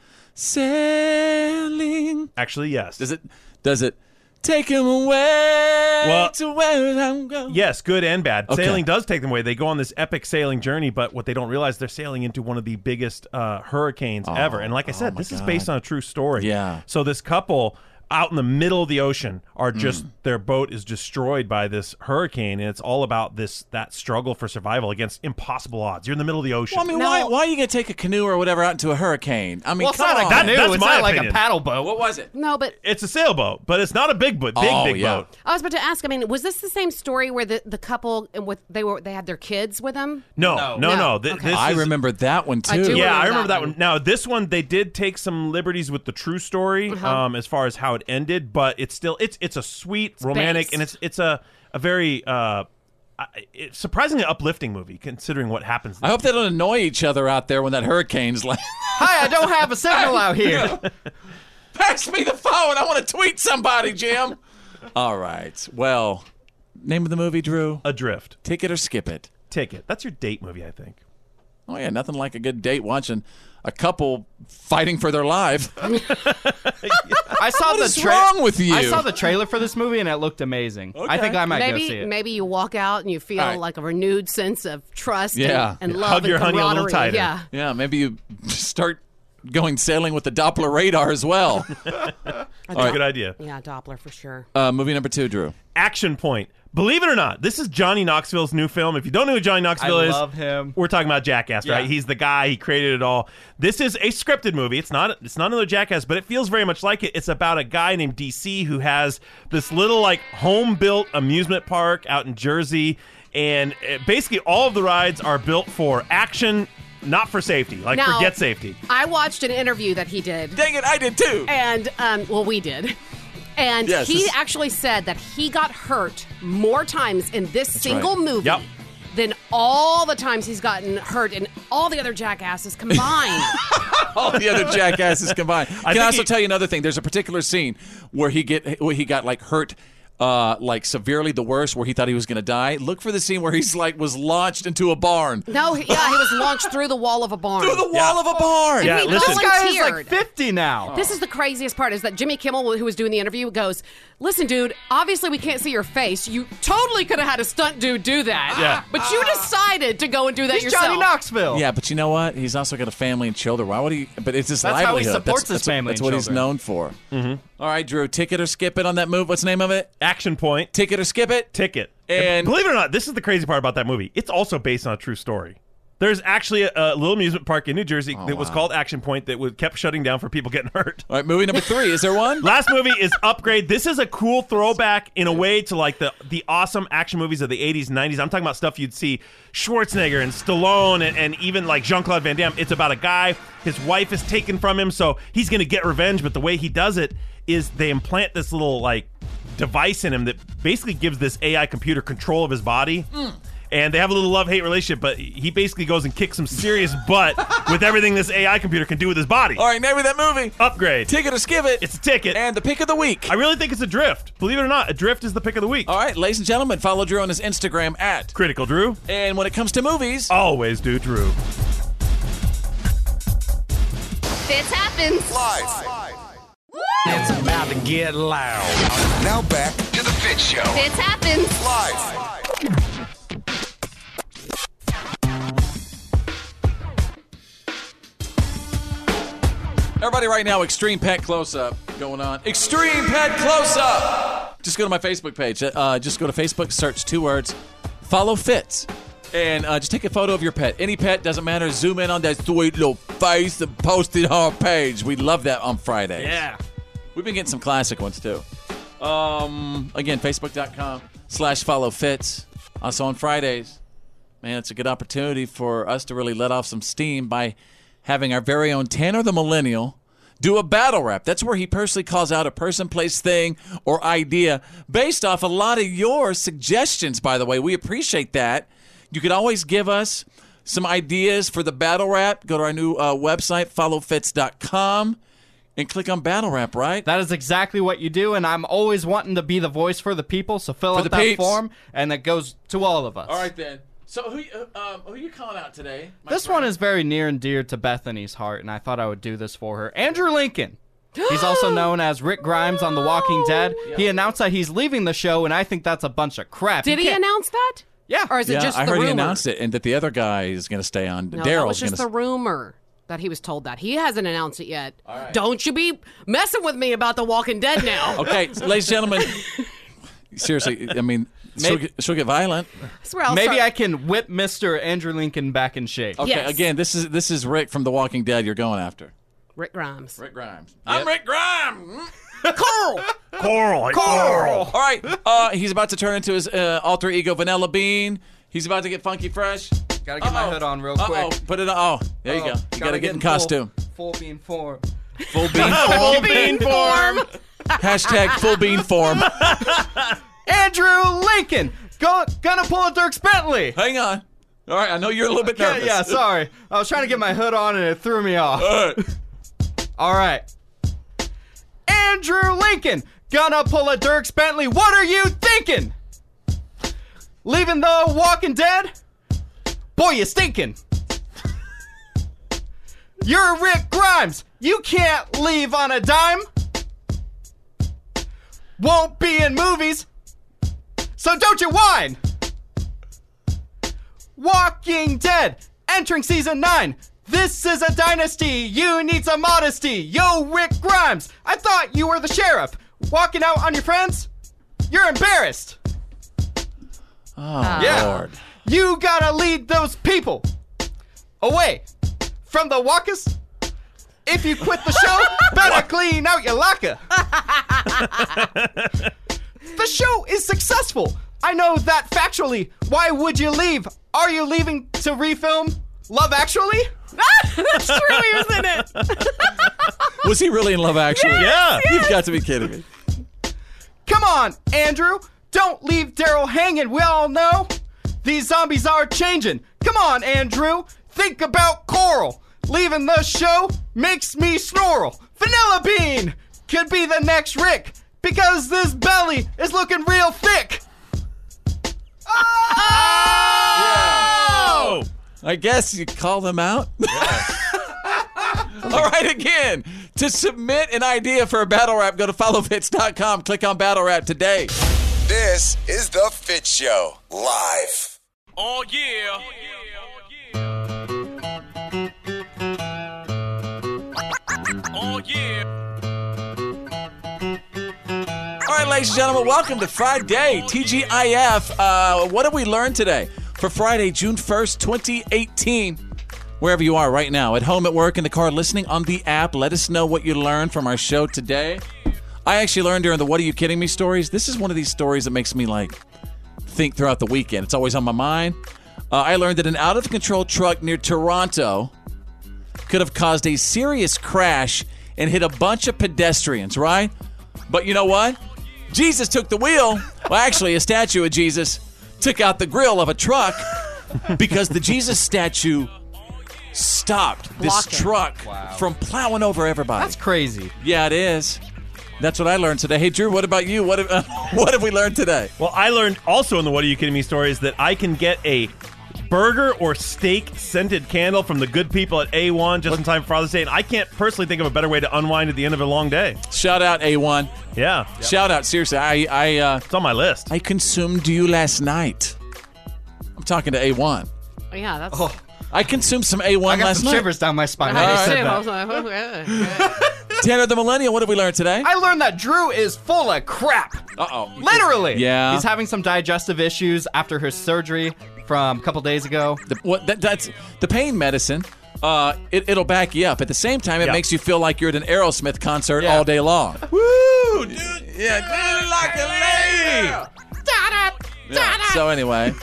E: sailing?
J: Actually, yes. Does
E: it? Does it? Take him away
J: Well-
E: to where I'm going.
J: Yes, good and bad.
E: Okay.
J: Sailing does take them away. They go on this epic sailing journey, but what they don't realize they're sailing into one of the biggest uh, hurricanes ever. And like I said, this is based on a true story.
E: Yeah.
J: So this couple out in the middle of the ocean are just their boat is destroyed by this hurricane, and it's all about this that struggle for survival against impossible odds. You're in the middle of the ocean.
E: Well, I mean, why, why are you going to take a canoe or whatever out into a hurricane? I mean,
J: Well, it's
E: come
J: not
E: on.
J: like that new. That's It's my not like a opinion. paddle
E: boat. What was it?
I: No, but
J: It's a sailboat, but it's not a big boat. Big
E: Oh,
J: big
E: yeah.
J: boat.
I: I was about to ask. I mean, was this the same story where the, the couple and with they were they had their kids with them?
J: No, no, no. Th- this
E: I
J: is-
E: remember that one too.
I: I do
J: yeah, I
I: remember
J: remember
I: that
J: that one. Now, this one they did take some liberties with the true story
I: Uh-huh.
J: um, as far as how it ended, but it's still it's it's a sweet, romantic,
E: based.
J: and it's it's a a very uh, I- it- surprisingly uplifting movie considering what happens.
E: I hope they don't annoy each other out there when that hurricane's like.
G: Hi, I don't have a signal out here.
E: Pass me the phone. I want to tweet somebody, Jim. All right. Well, name of the movie, Drew?
J: Adrift.
E: Take it or skip it.
J: Take it. That's your date movie, I think.
E: Oh yeah, nothing like a good date watching a couple fighting for their life.
G: I saw
E: What
G: the
E: is wrong with you?
G: I saw the trailer for this movie and it looked amazing. I think I might
I: maybe,
G: go see it.
I: Maybe you walk out and you feel
G: All right.
I: like a renewed sense of trust
E: Yeah.
I: and, and love and camaraderie. Yeah.
E: Yeah, maybe you start going sailing with the Doppler radar as well.
J: That's
E: All right.
J: a good idea.
I: Yeah, Doppler for sure.
E: Uh, movie number two, Drew.
J: Action Point. Believe it or not, this is Johnny Knoxville's new film. If you don't know who Johnny Knoxville
G: I
J: is,
G: love him.
J: We're talking about Jackass, right?
G: Yeah.
J: He's the guy. He created it all. This is a scripted movie. It's not. It's not another Jackass, but it feels very much like it. It's about a guy named DC who has this little like home built amusement park out in Jersey, and uh, basically all of the rides are built for action, not for safety. Like
I: Now-
J: forget safety.
I: I watched an interview that he did.
E: Dang it, I did too.
I: And um, well, we did. And
J: Yes,
I: he
J: this-
I: actually said that he got hurt more times in this single
J: right.
I: movie
J: Yep.
I: than all the times he's gotten hurt in all the other jackasses combined.
E: all the other jackasses combined. I can
J: think
E: I also
J: he-
E: tell you another thing. There's a particular scene where he get where he got like hurt. Uh, like severely the worst where he thought he was gonna die look for the scene where he's like was launched into a barn
I: no, he- yeah, he was launched through the wall of a barn.
E: through the wall of a barn
I: And he volunteered.
G: This guy is like 50 now.
I: This is the craziest part is that Jimmy Kimmel, who was doing the interview, goes, Listen, dude, obviously we can't see your face. You totally could have had a stunt dude do that.
E: Yeah.
I: But you decided to go and do that
G: He's
I: yourself.
G: Johnny Knoxville.
E: yeah but you know what he's also got a family and children why would he but it's his
G: That's how
E: livelihood
G: he
E: that's,
G: supports his
E: that's-
G: family
E: that's
G: and
E: what he's
G: children. Mm-hmm.
E: known for All right drew ticket or skip it on that move what's the name of it
J: Action Point.
E: ticket or skip it
J: Ticket.
E: And-
J: believe it or not, this is the crazy part about that movie. It's also based on a true story. There's actually a, a little amusement park in New Jersey that was
E: Oh, wow.
J: called Action Point that would, kept shutting down for people getting hurt.
E: All right, movie number three. Is there one?
J: Last movie is Upgrade. This is a cool throwback in a way to like the the awesome action movies of the 80s and 90s. I'm talking about stuff you'd see Schwarzenegger and Stallone and, and even like Jean Claude Van Damme. It's about a guy, his wife is taken from him, so he's going to get revenge. But the way he does it is they implant this little like device in him that basically gives this AI computer control of his body.
E: Hmm.
J: And they have a little love hate relationship, but he basically goes and kicks some serious butt with everything this AI computer can do with his body. All
E: right, name of that movie.
J: Upgrade.
E: Ticket or skip it.
J: It's a ticket.
E: And the pick of the week.
J: I really think it's a drift. Believe it or not, a drift is the pick of the week.
E: All right, ladies and gentlemen, follow Drew on his Instagram at
J: Critical Drew.
E: And when it comes to movies,
J: always do Drew.
D: Fits happens.
T: It's about to get loud.
C: Now back to the Fit Show.
D: Fits happens.
E: everybody right now, extreme pet close up going on. Extreme pet close uh, up. Just go to my Facebook page. Uh, just go to Facebook, search two words, follow Fitz. and uh, just take a photo of your pet. Any pet doesn't matter. Zoom in on that sweet little face and post it on our page. We love that on Fridays.
J: Yeah.
E: We've been getting some classic ones too. Um, again, facebook.com slash follow fits. Us on Fridays. Man, it's a good opportunity for us to really let off some steam by having our very own Tanner the Millennial do a battle rap. That's where he personally calls out a person, place, thing, or idea based off a lot of your suggestions, by the way. We appreciate that. You could always give us some ideas for the battle rap. Go to our new uh, website, followfits.com, and click on battle rap, right?
G: That is exactly what you do, and I'm always wanting to be the voice for the people. So fill
E: For the
G: out that
E: peeps.
G: form, and that goes to all of us.
E: All right, then. So who, you- um, who you calling out today?
G: This one is very near and dear to Bethany's heart, and I thought I would do this for her. Andrew Lincoln. He's also known as Rick Grimes on The Walking Dead. He announced that he's leaving the show, and I think that's a bunch of crap.
I: Did
G: You
I: he
G: can't-
I: announce that?
G: Yeah.
I: Or is
E: yeah,
I: it just
E: I
I: the
E: heard
I: rumor?
E: he announced it, and that the other guy is going to stay on.
I: No, that was
E: Daryl's going
I: just
E: to
I: the rumor that he was told that. He hasn't announced it yet. Don't you be messing with me about The Walking Dead now.
E: Okay, ladies and gentlemen. Seriously, I mean, she'll, get, she'll get violent.
I: swear I'll
G: Maybe
I: start-
G: I can whip Mr. Andrew Lincoln back in shape.
E: Okay, again, this is this is Rick from The Walking Dead. You're going after.
I: Rick Grimes.
E: Rick Grimes.
I: I'm
E: Rick Grimes.
I: Carl.
E: Coral.
I: Coral.
E: All right. Uh, he's about to turn into his uh, alter ego, Vanilla Bean. He's about to get funky fresh.
G: Gotta get my hood on real
E: Uh-oh.
G: quick.
E: Put it on. Oh, there you go.
G: Oh,
E: You gotta, get in
G: full-
E: costume.
G: Full, bean form.
E: Full bean
G: Full
E: form.
G: bean form.
E: Hashtag full bean form.
G: Andrew Lincoln. Go, gonna pull a Dirk Bentley.
E: Hang on. All right, I know you're a little bit
G: Yeah,
E: nervous.
G: Yeah, sorry. I was trying to get my hood on and it threw me off.
E: All right.
G: Andrew Lincoln gonna pull a Dirk Bentley. What are you thinking? Leaving the Walking Dead? Boy, you stinking. You're Rick Grimes. You can't leave on a dime. Won't be in movies. So don't you whine. Walking Dead, entering season 9. This is a dynasty. You need some modesty. Yo, Rick Grimes, I thought you were the sheriff. Walking out on your friends? You're embarrassed.
E: Oh,
G: Yeah.
E: Lord.
G: You gotta lead those people away from the walkers. If you quit the show, better clean out your locker. the show is successful. I know that factually. Why would you leave? Are you leaving to refilm Love Actually?
I: That's true, he was in it.
E: Was he really in love, actually?
G: Yes, Yeah. yes.
E: You've got to be kidding me.
G: Come on, Andrew. Don't leave Daryl hanging. We all know these zombies are changing. Come on, Andrew. Think about Coral. Leaving the show makes me snorrel. Vanilla Bean could be the next Rick because this belly is looking real thick.
E: Oh! I guess you call them out. All right, again, to submit an idea for a battle rap, go to followfits.com, click on battle rap today.
C: This is The Fit Show, live.
R: Oh yeah. Oh yeah.
E: All right, ladies and gentlemen, welcome to Friday, TGIF. Uh, what have we learned today for Friday, June 1st, 2018? Wherever you are right now, at home, at work, in the car, listening on the app, let us know what you learned from our show today. I actually learned during the What Are You Kidding Me stories. This is one of these stories that makes me like think throughout the weekend. It's always on my mind. Uh, I learned that an out of control truck near Toronto could have caused a serious crash and hit a bunch of pedestrians, right? But you know what? Jesus took the wheel. Well, actually, a statue of Jesus took out the grill of a truck because the Jesus statue stopped this
R: Blocked it.
E: truck
R: Wow.
E: from plowing over everybody. That's
G: crazy.
E: Yeah, it is. That's what I learned today. Hey, Drew, what about you? What have, what have we learned today?
J: Well, I learned also in the What Are You Kidding Me stories that I can get a burger or steak scented candle from the good people at A1 just in time for Father's Day. And I can't personally think of a better way to unwind at the end of a long day.
E: Shout out A1.
J: Yeah.
E: Shout out. Seriously, I I uh, it's
J: on my list.
E: I consumed you last night. I'm talking to A1.
I: Yeah, that's.
E: Oh, I consumed some A1
I: I got
E: last
I: some
E: night.
I: shivers
G: down my spine.
I: I had to say, I was like, okay.
E: Tanner the Millennial, what have we learned today?
G: I learned that Drew is full of crap.
E: Uh oh.
G: Literally.
E: Yeah.
G: He's having some digestive issues after his surgery. from a couple days ago.
E: The, what that, that's the pain medicine. Uh, it, it'll back you up. At the same time, it makes you feel like you're at an Aerosmith concert all day long.
Q: Woo! Dude, yeah, dude, like a lady.
E: Yeah. So anyway,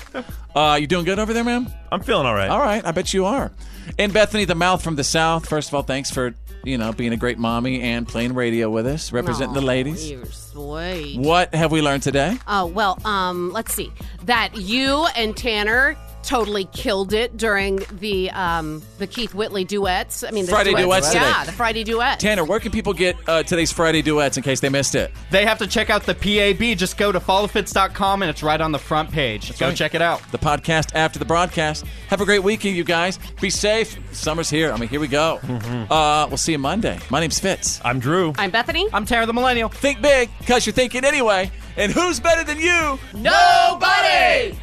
E: uh, you doing good over there, ma'am?
J: I'm feeling all right.
E: All right, I bet you are. And Bethany, the mouth from the south. First of all, thanks for you know being a great mommy and playing radio with us, representing the
I: Aw,
E: ladies.
I: You're sweet.
E: What have we learned today?
I: Oh, well, um, let's see. That you and Tanner totally killed it during the um, the Keith Whitley duets. I mean, the
E: Friday duets
I: Yeah,
E: today.
I: the Friday duets.
E: Tanner, where can people get uh, today's Friday duets in case they missed it?
G: They have to check out the PAB. Just go to followfits.com and it's right on the front page. go
E: right.
G: check it out.
E: The podcast after the broadcast. Have a great weekend, you guys. Be safe. Summer's here. I mean, here we go. Uh, we'll see you Monday. My name's Fitz.
J: Mm-hmm. I'm Drew.
I: I'm Bethany.
G: I'm Tanner the Millennial.
E: Think big, because you're thinking anyway. And who's better than you?
I: Nobody!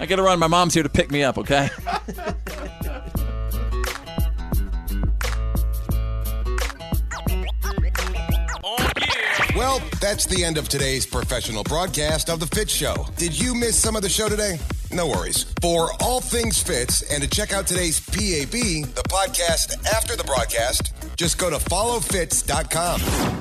E: I gotta run. My mom's here to pick me up, okay?
C: Well, that's the end of today's professional broadcast of The Fit Show. Did you miss some of the show today? No worries. For all things fits and to check out today's PAB, the podcast after the broadcast, just go to followfits.com.